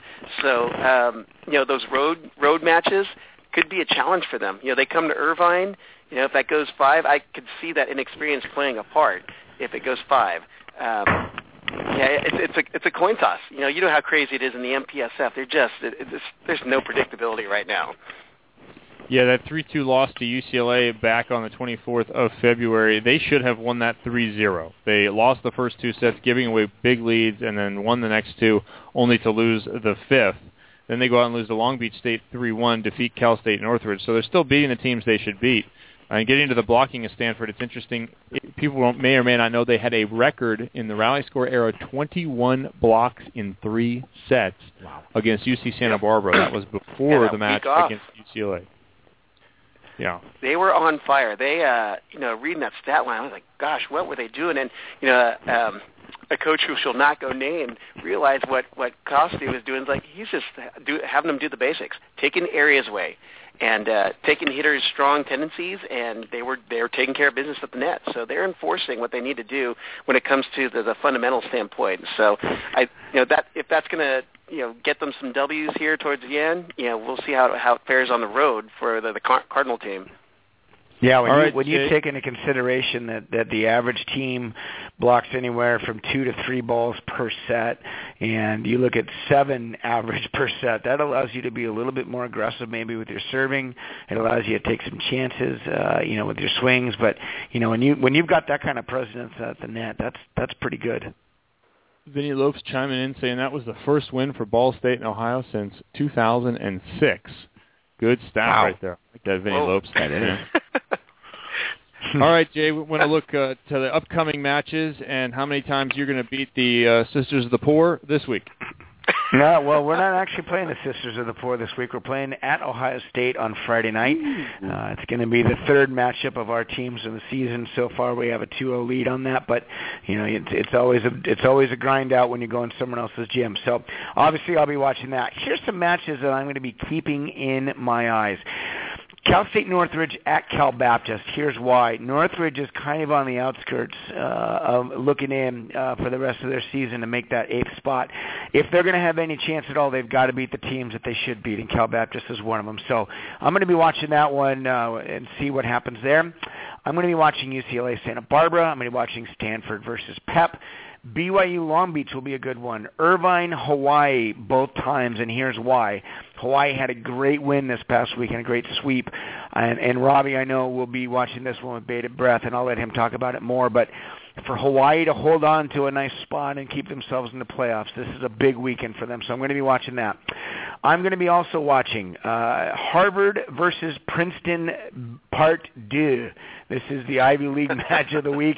I: So um, you know those road road matches could be a challenge for them. You know they come to Irvine. You know if that goes five, I could see that inexperience playing a part. If it goes five, um, yeah, it's, it's a it's a coin toss. You know you know how crazy it is in the MPSF. They're just it, it's, there's no predictability right now.
C: Yeah, that 3-2 loss to UCLA back on the 24th of February, they should have won that 3-0. They lost the first two sets, giving away big leads, and then won the next two, only to lose the fifth. Then they go out and lose to Long Beach State 3-1, defeat Cal State Northridge. So they're still beating the teams they should beat. And getting to the blocking of Stanford, it's interesting. People may or may not know they had a record in the rally score era, 21 blocks in three sets wow. against UC Santa Barbara. That was before
I: yeah,
C: the match
I: off.
C: against UCLA. Yeah.
I: They were on fire. They, uh, you know, reading that stat line, I was like, gosh, what were they doing? And, you know, um, a coach who shall not go named realized what, what Costi was doing. Like, he's just do, having them do the basics, taking areas away and uh, taking hitters' strong tendencies, and they were they were taking care of business at the net. So they're enforcing what they need to do when it comes to the, the fundamental standpoint. So, I, you know, that if that's going to you know get them some W's here towards the end. You know, we'll see how how it fares on the road for the, the Cardinal team.
H: Yeah, when,
C: All
H: you,
C: right,
H: when
C: Jay.
H: you take into consideration that, that the average team blocks anywhere from two to three balls per set, and you look at seven average per set, that allows you to be a little bit more aggressive maybe with your serving. It allows you to take some chances, uh, you know, with your swings. But you know, when you when you've got that kind of presence at the net, that's that's pretty good.
C: Vinny Lopes chiming in saying that was the first win for Ball State in Ohio since 2006. Good stat
H: Wow.
C: right there. I like that Vinny
H: Whoa.
C: Lopes. All right, Jay, we want to look uh, to the upcoming matches and how many times you're going to beat the uh, Sisters of the Poor this week.
H: No, well, we're not actually playing the Sisters of the Poor this week. We're playing at Ohio State on Friday night. Uh, it's going to be the third matchup of our teams in the season so far. We have a 2-0 lead on that, but you know it's, it's always a it's always a grind out when you go in someone else's gym. So obviously, I'll be watching that. Here's some matches that I'm going to be keeping in my eyes. Cal State Northridge at Cal Baptist. Here's why. Northridge is kind of on the outskirts, uh, of looking in uh, for the rest of their season to make that eighth spot. If they're going to have any chance at all, they've got to beat the teams that they should beat, and Cal Baptist is one of them. So I'm going to be watching that one uh, and see what happens there. I'm going to be watching UCLA Santa Barbara. I'm going to be watching Stanford versus Pep. BYU Long Beach will be a good one. Irvine, Hawaii, both times, and here's why. Hawaii had a great win this past week and a great sweep. And, and Robbie, I know, will be watching this one with bated breath, and I'll let him talk about it more. But for Hawaii to hold on to a nice spot and keep themselves in the playoffs, this is a big weekend for them. So I'm going to be watching that. I'm going to be also watching uh, Harvard versus Princeton Part Deux. This is the Ivy League match of the week.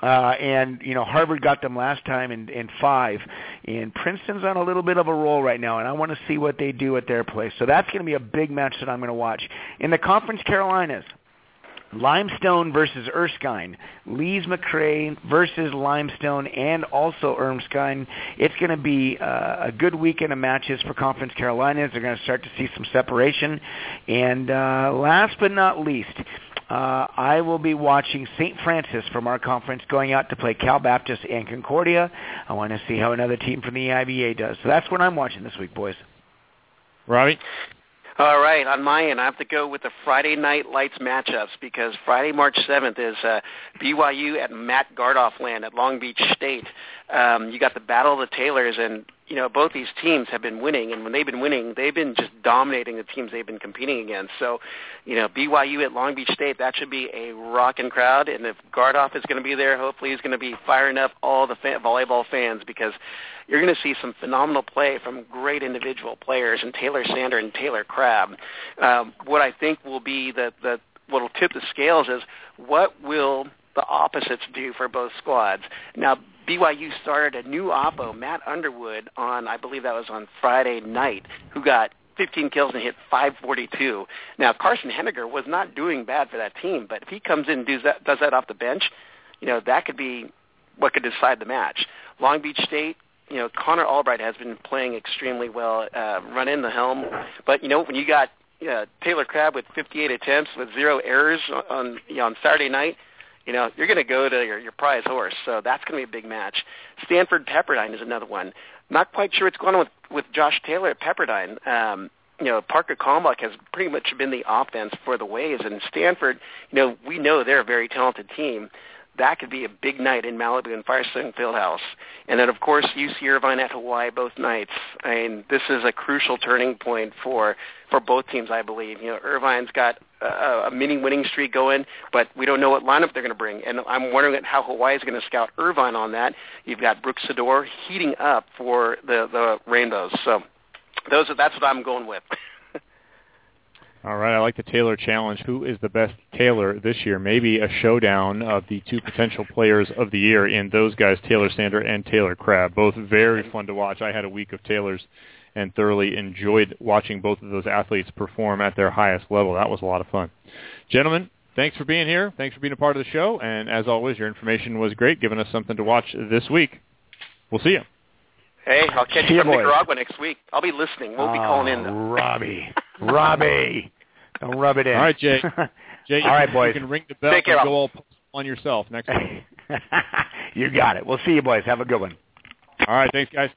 H: Uh, and you know Harvard got them last time in, in five, and Princeton's on a little bit of a roll right now, and I want to see what they do at their place. So that's going to be a big match that I'm going to watch in the Conference Carolinas. Limestone versus Erskine, Lees McRae versus Limestone, and also Erskine. It's going to be uh, a good weekend of matches for Conference Carolinas. They're going to start to see some separation. And uh, last but not least, Uh, I will be watching St. Francis from our conference going out to play Cal Baptist and Concordia. I want to see how another team from the E IBA does. So that's what I'm watching this week, boys.
C: Robbie?
I: All right, on my end, I have to go with the Friday Night Lights matchups because Friday, March 7th is uh, BYU at Matt Gardoff land at Long Beach State. Um, you got the Battle of the Taylors, and you know both these teams have been winning, and when they've been winning, they've been just dominating the teams they've been competing against. So, you know BYU at Long Beach State, that should be a rocking crowd, and if Gardoff is going to be there, hopefully he's going to be firing up all the fa- volleyball fans because you're going to see some phenomenal play from great individual players and Taylor Sander and Taylor Crab. Um, what I think will be the, the what will tip the scales is what will the opposites do for both squads. Now BYU started a new oppo, Matt Underwood, on I believe that was on Friday night, who got 15 kills and hit 542. Now Carson Henniger was not doing bad for that team, but if he comes in and does that, does that off the bench, you know that could be what could decide the match. Long Beach State you know, Connor Albright has been playing extremely well, uh, run in the helm. But you know, when you got uh, Taylor Crabb with 58 attempts with zero errors on you know, on Saturday night, you know you're going to go to your, your prize horse. So that's going to be a big match. Stanford Pepperdine is another one. Not quite sure what's going on with with Josh Taylor at Pepperdine. Um, you know, Parker Kalmbach has pretty much been the offense for the Waves, and Stanford. You know, we know they're a very talented team that could be a big night in Malibu and Firestone Fieldhouse. And then, of course, UC Irvine at Hawaii both nights. I mean, this is a crucial turning point for for both teams, I believe. You know, Irvine's got a, a mini winning streak going, but we don't know what lineup they're going to bring. And I'm wondering how Hawaii's going to scout Irvine on that. You've got Brooks Sador heating up for the the Rainbows. So those are, that's what I'm going with.
C: All right, I like the Taylor challenge. Who is the best Taylor this year? Maybe a showdown of the two potential players of the year in those guys, Taylor Sander and Taylor Crab. Both very fun to watch. I had a week of Taylors and thoroughly enjoyed watching both of those athletes perform at their highest level. That was a lot of fun. Gentlemen, thanks for being here. Thanks for being a part of the show. And as always, your information was great, giving us something to watch this week. We'll see you.
I: Hey, I'll catch
H: See
I: you
H: ya,
I: from
H: boys.
I: Nicaragua next week. I'll be listening. Won't be calling in though.
H: Ah, Robbie. Robbie. Don't rub it in.
C: All right, Jay. Jay,
H: all right, boys.
C: You can ring the bell
I: Take care,
C: and
I: Rob.
C: go all on yourself next week.
H: You got it. We'll see you, boys. Have a good one.
C: All right, thanks, guys.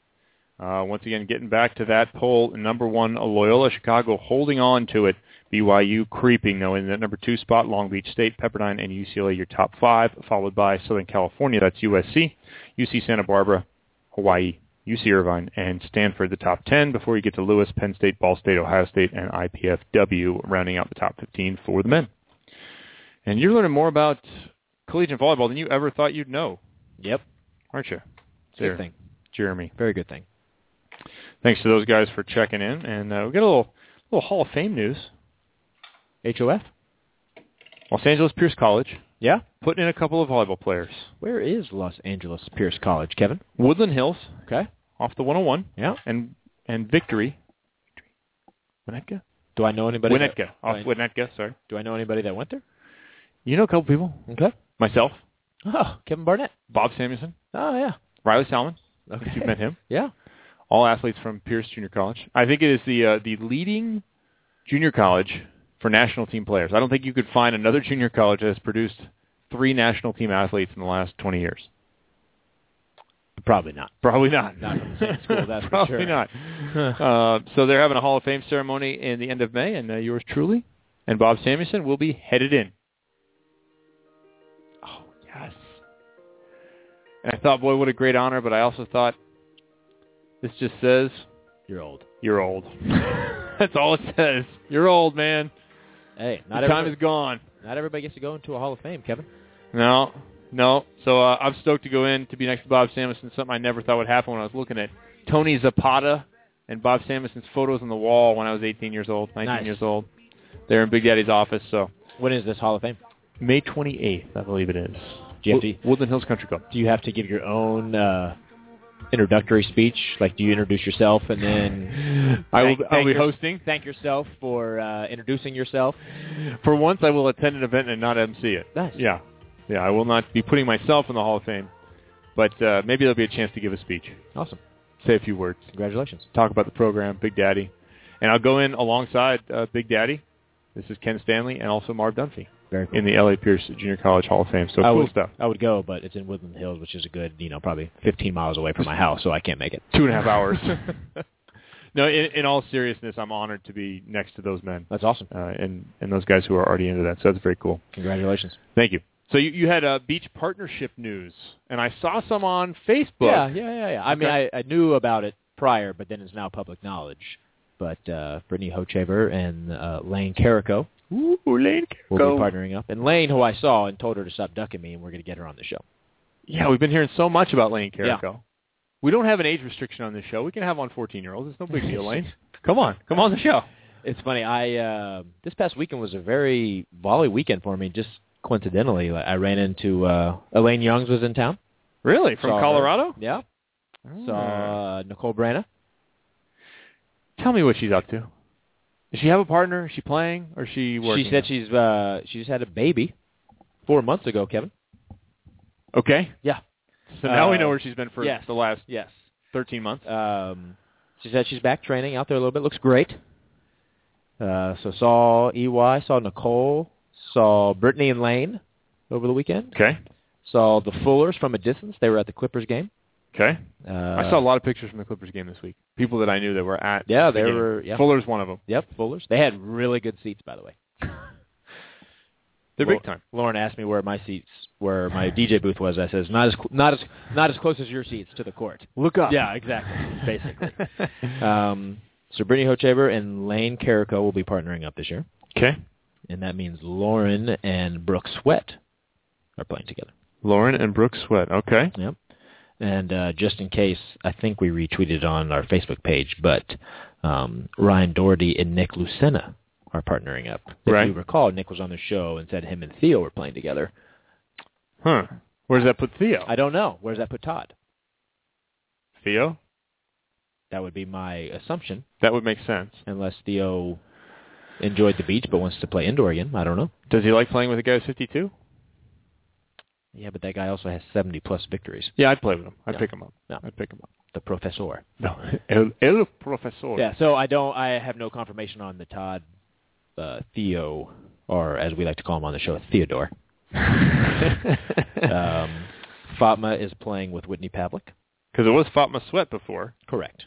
C: Uh, once again, getting back to that poll, number one, Loyola Chicago holding on to it. BYU creeping, though, in that number two spot, Long Beach State, Pepperdine, and UCLA, your top five, followed by Southern California, that's USC, UC Santa Barbara, Hawaii, UC Irvine, and Stanford, the top 10, before you get to Lewis, Penn State, Ball State, Ohio State, and IPFW, rounding out the top 15 for the men. And you're learning more about collegiate volleyball than you ever thought you'd know.
E: Yep.
C: Aren't you?
E: It's a good thing.
C: Jeremy.
E: Very good thing.
C: Thanks to those guys for checking in, and uh, we got a little little Hall of Fame news. HOF, Los Angeles Pierce College,
E: Yeah.
C: putting in a couple of volleyball players.
E: Where is Los Angeles Pierce College, Kevin?
C: Woodland Hills
E: Okay.
C: off the 101,
E: Yeah.
C: and and Victory, Winnetka,
E: Do I know anybody? that-
C: Winnetka, off
E: Right.
C: Winnetka. Sorry,
E: Do I know anybody that went there?
C: you know a couple people.
E: Okay.
C: Myself,
E: Oh, Kevin Barnett.
C: Bob Samuelson,
E: Oh yeah.
C: Riley Salmon.
E: Okay.
C: If you've met him,
E: Yeah.
C: all athletes from Pierce Junior College. I think it is the uh, the leading junior college for national team players. I don't think you could find another junior college that has produced three national team athletes in the last 20 years.
E: Probably not.
C: Probably not.
E: Not from the same school, that's for
C: Probably
E: sure.
C: not. uh, so they're having a Hall of Fame ceremony in the end of May, and uh, yours truly and Bob Samuelson will be headed in. Oh yes. And I thought, boy, what a great honor. But I also thought, this just says
E: You're old.
C: You're old. That's all it says. You're old, man.
E: Hey,
C: Your
E: not
C: time
E: everybody,
C: is gone.
E: not everybody gets to go into a Hall of Fame, Kevin.
C: No, no. So uh, I'm stoked to go in to be next to Bob Samuelson. Something I never thought would happen when I was looking at Tony Zapata and Bob Samuelson's photos on the wall when I was 18 years old, 19
E: Nice.
C: years old. They're in Big Daddy's office. So
E: When is this Hall of Fame?
C: May 28th, I believe it is.
E: Do you have
C: Wo-
E: to-
C: Woodland Hills Country Club.
E: Do you have to give your own uh, introductory speech? Like, do you introduce yourself and then
C: I will.
E: thank-
C: I'll
E: thank
C: be
E: your-
C: hosting.
E: thank yourself for uh, introducing yourself?
C: For once, I will attend an event and not MC it.
E: Nice.
C: Yeah, yeah. I will not be putting myself in the Hall of Fame, but uh, maybe there'll be a chance to give a speech,
E: Awesome.
C: say a few words,
E: Congratulations.
C: talk about the program, Big Daddy, and I'll go in alongside uh, Big Daddy. This is Ken Stanley and also Marv Dunphy.
E: Very cool.
C: in the LA Pierce Junior College Hall of Fame. So
E: I
C: cool
E: would,
C: stuff.
E: I would go, but it's in Woodland Hills, which is a good, you know, probably 15 miles away from my house, so I can't make it.
C: Two and a half hours. No, in, in all seriousness, I'm honored to be next to those men.
E: That's awesome.
C: Uh, and and those guys who are already into that. So that's very cool.
E: Congratulations.
C: Thank you. So you, you had uh, beach partnership news, and I saw some on Facebook.
E: Yeah, yeah, yeah, yeah. I mean, I, I knew about it prior, but then it's now public knowledge. But uh, Brittany Hochaber and uh, Lane Carrico
C: Ooh, Lane
E: will
C: Go.
E: be partnering up. And Lane, who I saw and told her to stop ducking me, and we're going to get her on the show.
C: Yeah, we've been hearing so much about Lane
E: Yeah.
C: Carrico. We don't have an age restriction on this show. We can have on 14-year-olds. It's no big deal, Lane. Come on, come on the show.
E: It's funny. I uh, this past weekend was a very volley weekend for me. Just coincidentally, like, I ran into uh, Elaine Youngs was in town.
C: Really? From
E: Saw her.
C: Colorado?
E: Yeah. Saw uh, Nicole Brana.
C: Tell me what she's up to. Does she have a partner? Is she playing? Or is she working?
E: She said she's uh, she just had a baby four months ago. Kevin.
C: Okay.
E: Yeah.
C: So now we
E: Uh,
C: know where she's been for
E: yes.
C: the last
E: Yes.
C: 13 months.
E: Um, she said she's back training out there a little bit. Looks great. Uh, so saw EY, saw Nicole, saw Brittany and Lane over the weekend.
C: Okay.
E: Saw the Fullers from a distance. They were at the Clippers game.
C: Okay.
E: Uh,
C: I saw a lot of pictures from the Clippers game this week. People that I knew that were at.
E: Yeah,
C: the
E: they
C: game.
E: were. Yeah.
C: Fuller's one of them.
E: Yep, Fuller's. They had really good seats, by the way.
C: They're
E: Lau-
C: big time.
E: Lauren asked me where my seats, where my DJ booth was. I says not as cl- not as not as close as your seats to the court.
C: Look up.
E: Yeah, exactly. Basically. um, so Brittany Hochaber and Lane Carrico will be partnering up this year,
C: Okay.
E: and that means Lauren and Brooke Sweat are playing together.
C: Lauren and Brooke Sweat. Okay.
E: Yep. And uh, just in case, I think we retweeted on our Facebook page, but um, Ryan Doherty and Nick Lucena are partnering up. If
C: Right.
E: you recall, Nick was on the show and said him and Theo were playing together.
C: Huh. Where does that put Theo?
E: I don't know. Where does that put Todd?
C: Theo?
E: That would be my assumption,
C: That would make sense.
E: unless Theo enjoyed the beach but wants to play indoor again. I don't know.
C: Does he like playing with a guy who's 52?
E: Yeah, but that guy also has 70 plus victories.
C: Yeah, I'd play with him. I'd
E: Yeah.
C: pick him up.
E: No.
C: I'd pick him up.
E: The professor.
C: No. El, El Profesor.
E: Yeah, so I don't. I have no confirmation on the Todd uh, Theo, or as we like to call him on the show, Theodore. um, Fatma is playing with Whitney Pavlik.
C: Because it was Fatma Sweat before.
E: Correct.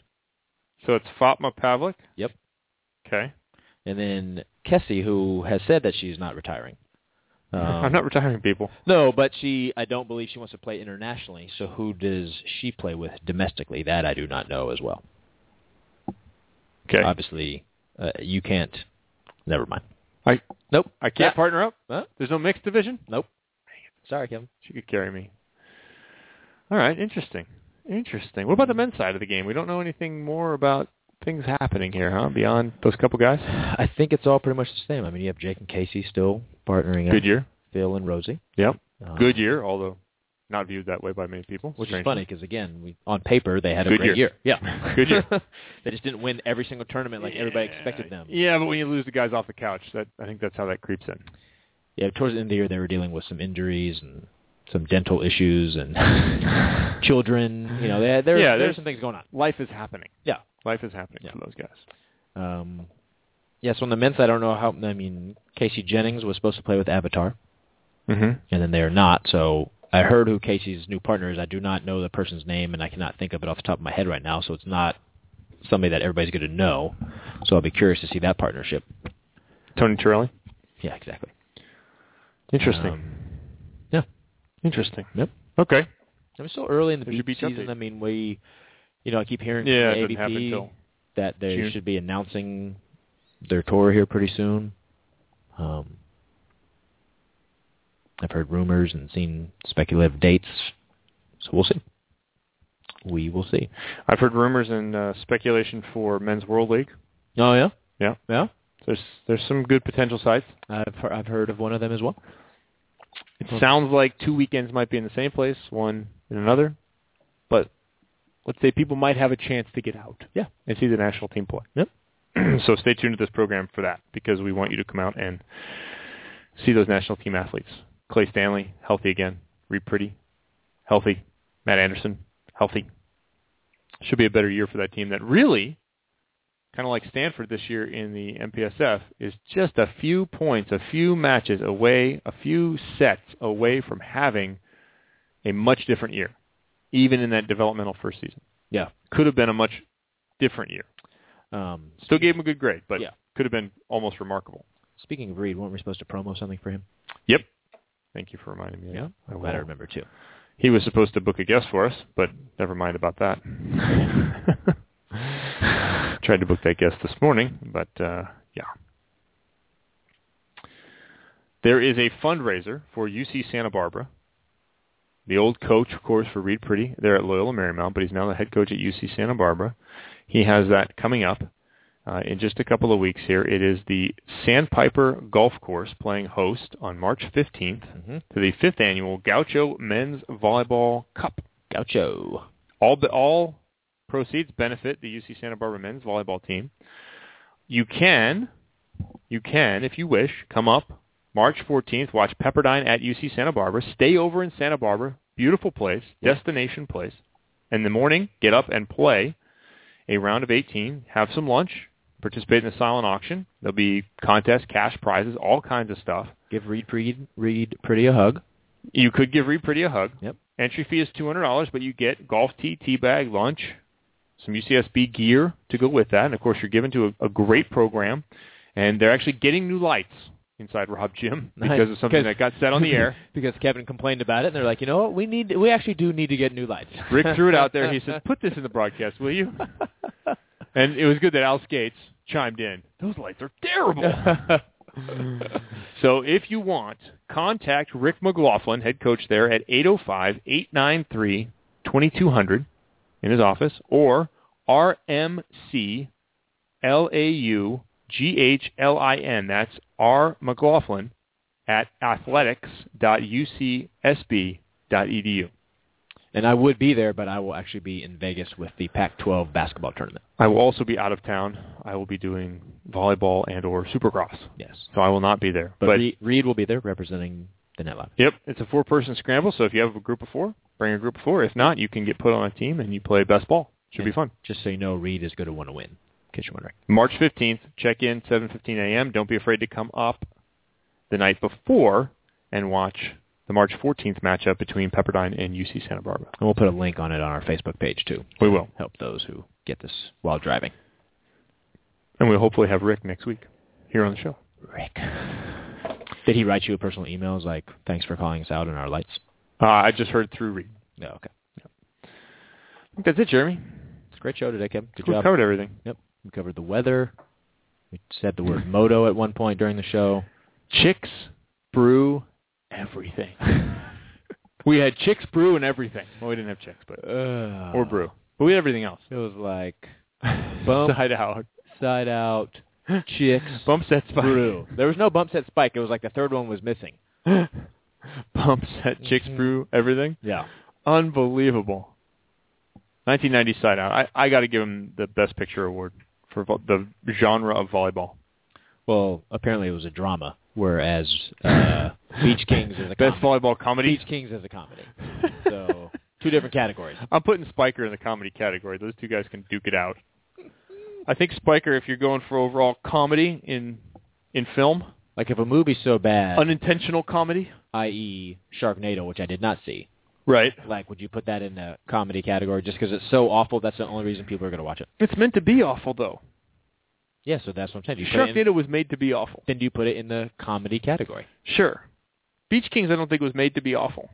C: So it's Fatma Pavlik?
E: Yep.
C: Okay.
E: And then Kessie, who has said that she's not retiring. Um,
C: I'm not retiring people.
E: No, but she. I don't believe she wants to play internationally. So who does she play with domestically? That I do not know as well.
C: Okay.
E: Obviously, uh, you can't. Never mind.
C: I
E: Nope.
C: I can't
E: Ah.
C: partner up?
E: Huh?
C: There's no mixed division?
E: Nope. Sorry, Kevin.
C: She could carry me. All right, interesting. Interesting. What about the men's side of the game? We don't know anything more about things happening here, huh? Beyond those couple guys?
E: I think it's all pretty much the same. I mean, you have Jake and Casey still partnering up.
C: Good year.
E: Phil and Rosie.
C: Yep.
E: Uh,
C: Good year, although not viewed that way by many people.
E: Which is
C: Strange.
E: funny because again, we, on paper they had a
C: Good year.
E: great year. Yeah,
C: Good year.
E: they just didn't win every single tournament like everybody expected them.
C: Yeah, but when you lose the guys off the couch, that I think that's how that creeps in.
E: Yeah, towards the end of the year they were dealing with some injuries and some dental issues and children. You know, they, there
C: Yeah,
E: there's
C: there's-
E: some things going on.
C: Life is happening.
E: Yeah.
C: Life is happening
E: Yeah.
C: for those guys.
E: Um, yes, on the men's side, I don't know how. I mean, Casey Jennings was supposed to play with Avatar,
C: Mm-hmm.
E: and then they are not. So I heard who Casey's new partner is. I do not know the person's name, and I cannot think of it off the top of my head right now. So it's not somebody that everybody's going to know. So I'll be curious to see that partnership.
C: Tony Turelli.
E: Yeah, exactly.
C: Interesting.
E: Um, yeah.
C: Interesting.
E: Yep.
C: Okay.
E: I mean, still early in the
C: There's your
E: beach
C: beach
E: season.
C: update.
E: I mean, we, you know, I keep hearing
C: Yeah, it
E: from the
C: doesn't happen
E: ABP
C: until
E: that they
C: June.
E: should be announcing their tour here pretty soon. Um, I've heard rumors and seen speculative dates, so we'll see. We will see.
C: I've heard rumors and uh, speculation for Men's World League.
E: Oh yeah,
C: Yeah.
E: yeah.
C: There's there's some good potential sites.
E: I've he- I've heard of one of them as well.
C: It sounds like two weekends might be in the same place, one in another, but let's say people might have a chance to get out.
E: Yeah.
C: And see the national team play.
E: Yep.
C: so stay tuned to this program for that because we want you to come out and see those national team athletes. Clay Stanley, healthy again. Reed Pretty, healthy. Matt Anderson, healthy. Should be a better year for that team that really kind of like Stanford this year in the MPSF, is just a few points, a few matches away, a few sets away from having a much different year, even in that developmental first season.
E: Yeah.
C: Could have been a much different year.
E: Um,
C: Still gave him a good grade, but
E: Yeah.
C: could have been almost remarkable.
E: Speaking of Reed, weren't we supposed to promo something for him?
C: Yep. Thank you for reminding me. of that. I
E: I'm
C: will.
E: glad I remember too.
C: He was supposed to book a guest for us, but never mind about that. Tried to book that guest this morning, but uh, yeah. There is a fundraiser for UC Santa Barbara. The old coach, of course, for Reed Pretty there at Loyola Marymount, but he's now the head coach at UC Santa Barbara. He has that coming up uh, in just a couple of weeks here. It is the Sandpiper Golf Course playing host on March 15th to the fifth annual Gaucho Men's Volleyball Cup.
E: Gaucho.
C: All be, all proceeds benefit the UC Santa Barbara men's volleyball team. You can, you can, if you wish, come up March 14th. Watch Pepperdine at UC Santa Barbara. Stay over in Santa Barbara. Beautiful place, destination place. In the morning, get up and play a round of 18. Have some lunch. Participate in the silent auction. There'll be contests, cash prizes, all kinds of stuff.
E: Give Reed Reed Reed Pretty a hug.
C: You could give Reed Pretty a hug.
E: Yep.
C: Entry fee is two hundred dollars, but you get golf tee, tea bag, lunch, some UCSB gear to go with that, and of course you're given to a, a great program. And they're actually getting new lights inside Rob Jim because
E: Nice.
C: of something that got said on the air.
E: because Kevin complained about it, and they're like, you know what, we need, we actually do need to get new lights.
C: Rick threw it out there. He said, "Put this in the broadcast, will you?" And it was good that Al Skates chimed in. Those lights are terrible. So if you want, contact Rick McLaughlin, head coach there, at 805-893-2200 in his office or RMCLAUGHLIN. That's R McLaughlin at athletics.ucsb.edu.
E: and I would be there, but I will actually be in Vegas with the Pac-12 basketball tournament.
C: I will also be out of town. I will be doing volleyball and or supercross.
E: Yes,
C: So I will not be there.
E: but, Reed, Reed will be there representing the NetLive.
C: Yep, it's a four-person scramble. So if you have a group of four, bring a group of four. If not, you can get put on a team and you play best ball. Should be
E: And
C: fun.
E: Just so you know, Reed is going to want to win. In case you're wondering.
C: March 15th, check in 7:15 a.m. Don't be afraid to come up the night before and watch the March 14th matchup between Pepperdine and UC Santa Barbara.
E: And we'll put a link on it on our Facebook page too.
C: We will,
E: Help those who get this while driving.
C: and we'll hopefully have Rick next week here on the show.
E: Rick, did he write you a personal email? It was like, thanks for calling us out on our lights.
C: Uh, I just heard through Reed.
E: No, okay.
C: I think that's it, Jeremy.
E: It's a great show today, Kevin. Good
C: We
E: job.
C: covered everything.
E: Yep. We covered the weather. We said the word moto at one point during the show.
C: Chicks brew everything. we had chicks brew and everything. Well, we didn't have chicks, but
E: Uh,
C: or brew, but we had everything else.
E: It was like bump
C: Side out.
E: side out chicks
C: Bump set spike.
E: brew. There was no bump set spike. It was like the third one was missing.
C: Bump set chicks brew everything.
E: Mm-hmm. Yeah.
C: Unbelievable. 1990 side out. I, I got to give him the best picture award for vo- the genre of volleyball.
E: Well, apparently it was a drama, whereas uh, Beach Kings is a
C: Best
E: comedy.
C: volleyball comedy.
E: Beach Kings is a comedy. So two different categories.
C: I'm putting Spiker in the comedy category. Those two guys can duke it out. I think Spiker, if you're going for overall comedy in in film,
E: Like if a movie's so bad,
C: unintentional comedy,
E: i.e. Sharknado, which I did not see,
C: right?
E: like would you put that in the comedy category just because it's so awful? That's the only reason people are going to watch it.
C: It's meant to be awful, though.
E: Yeah, so that's what I'm saying. Do you put it in-
C: Sharknado was made to be awful.
E: then do you put it in the comedy category?
C: Sure. Beach Kings, I don't think was made to be awful.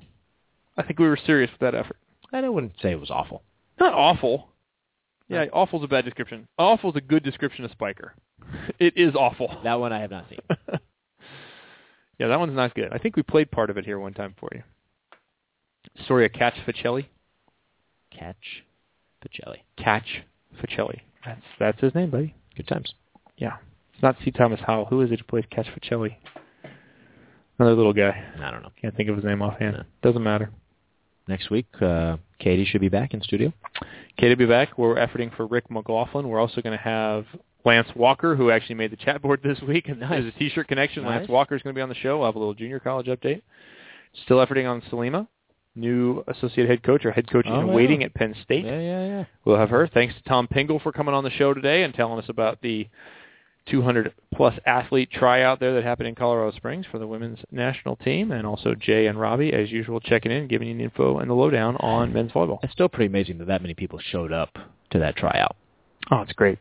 C: I think we were serious with that effort.
E: I don't- wouldn't say it was awful.
C: Not awful. Yeah, awful's a bad description. Awful's a good description of Spiker. It is awful.
E: That one I have not seen.
C: yeah, that one's not good. I think we played part of it here one time for you. Story of Catch Ficelli.
E: Catch the jelly.
C: Catch Ficelli. That's that's his name, buddy.
E: Good times.
C: Yeah. It's not C. Thomas Howell. Who is it who plays Catch Ficelli? Another little guy.
E: I don't know.
C: Can't think of his name offhand.
E: No.
C: Doesn't matter.
E: Next week, uh, Katie should be back in studio.
C: Okay, to be back. We're efforting for Rick McLaughlin. We're also going to have Lance Walker, who actually made the chat board this week. And
E: Nice.
C: There's a T-shirt connection.
E: Nice.
C: Lance Walker is going to be on the show. We'll have a little junior college update. Still efforting on Salima. new associate head coach or head coach
E: Oh,
C: in
E: yeah.
C: waiting at Penn State.
E: Yeah, yeah, yeah.
C: We'll have her. Thanks to Tom Pingle for coming on the show today and telling us about the 200 plus athlete tryout there that happened in Colorado Springs for the women's national team, and also Jay and Robbie as usual checking in, giving you the info and the lowdown on men's volleyball.
E: It's still pretty amazing that that many people showed up to that tryout.
C: Oh, it's great.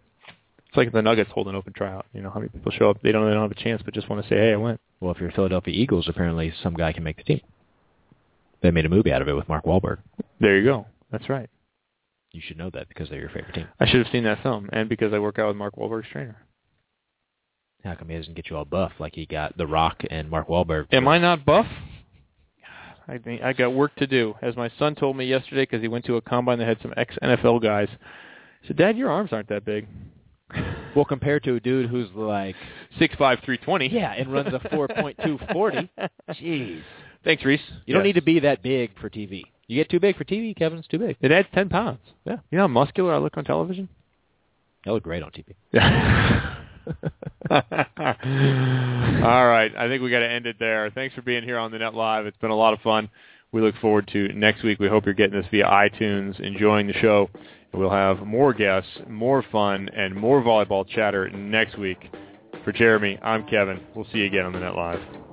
C: It's like the Nuggets hold an open tryout. You know how many people show up? They don't they don't have a chance, but just want to say, hey, I went.
E: Well, if you're Philadelphia Eagles, apparently some guy can make the team. They made a movie out of it with Mark Wahlberg.
C: There you go. That's right.
E: You should know that because they're your favorite team.
C: I should have seen that film, and because I work out with Mark Wahlberg's trainer.
E: How come he doesn't get you all buff like he got The Rock and Mark Wahlberg?
C: Am I not buff? I think I got work to do. As my son told me yesterday, because he went to a combine that had some ex NFL guys. He said, Dad, your arms aren't that big.
E: Well, compared to a dude who's like
C: Six five three twenty.
E: yeah, and runs a four point two forty. Jeez,
C: Thanks, Reese.
E: you don't
C: Yes.
E: need to be that big for TV. You get too big for TV, Kevin's too big.
C: It adds ten pounds. Yeah. You know how muscular I look on television?
E: I look great on TV.
C: All right. I think we got to end it there. Thanks for being here on the net live. It's been a lot of fun. We look forward to next week. We hope you're getting this via iTunes, enjoying the show. We'll have more guests, more fun, and more volleyball chatter next week. For Jeremy, I'm Kevin. We'll see you again on the net live.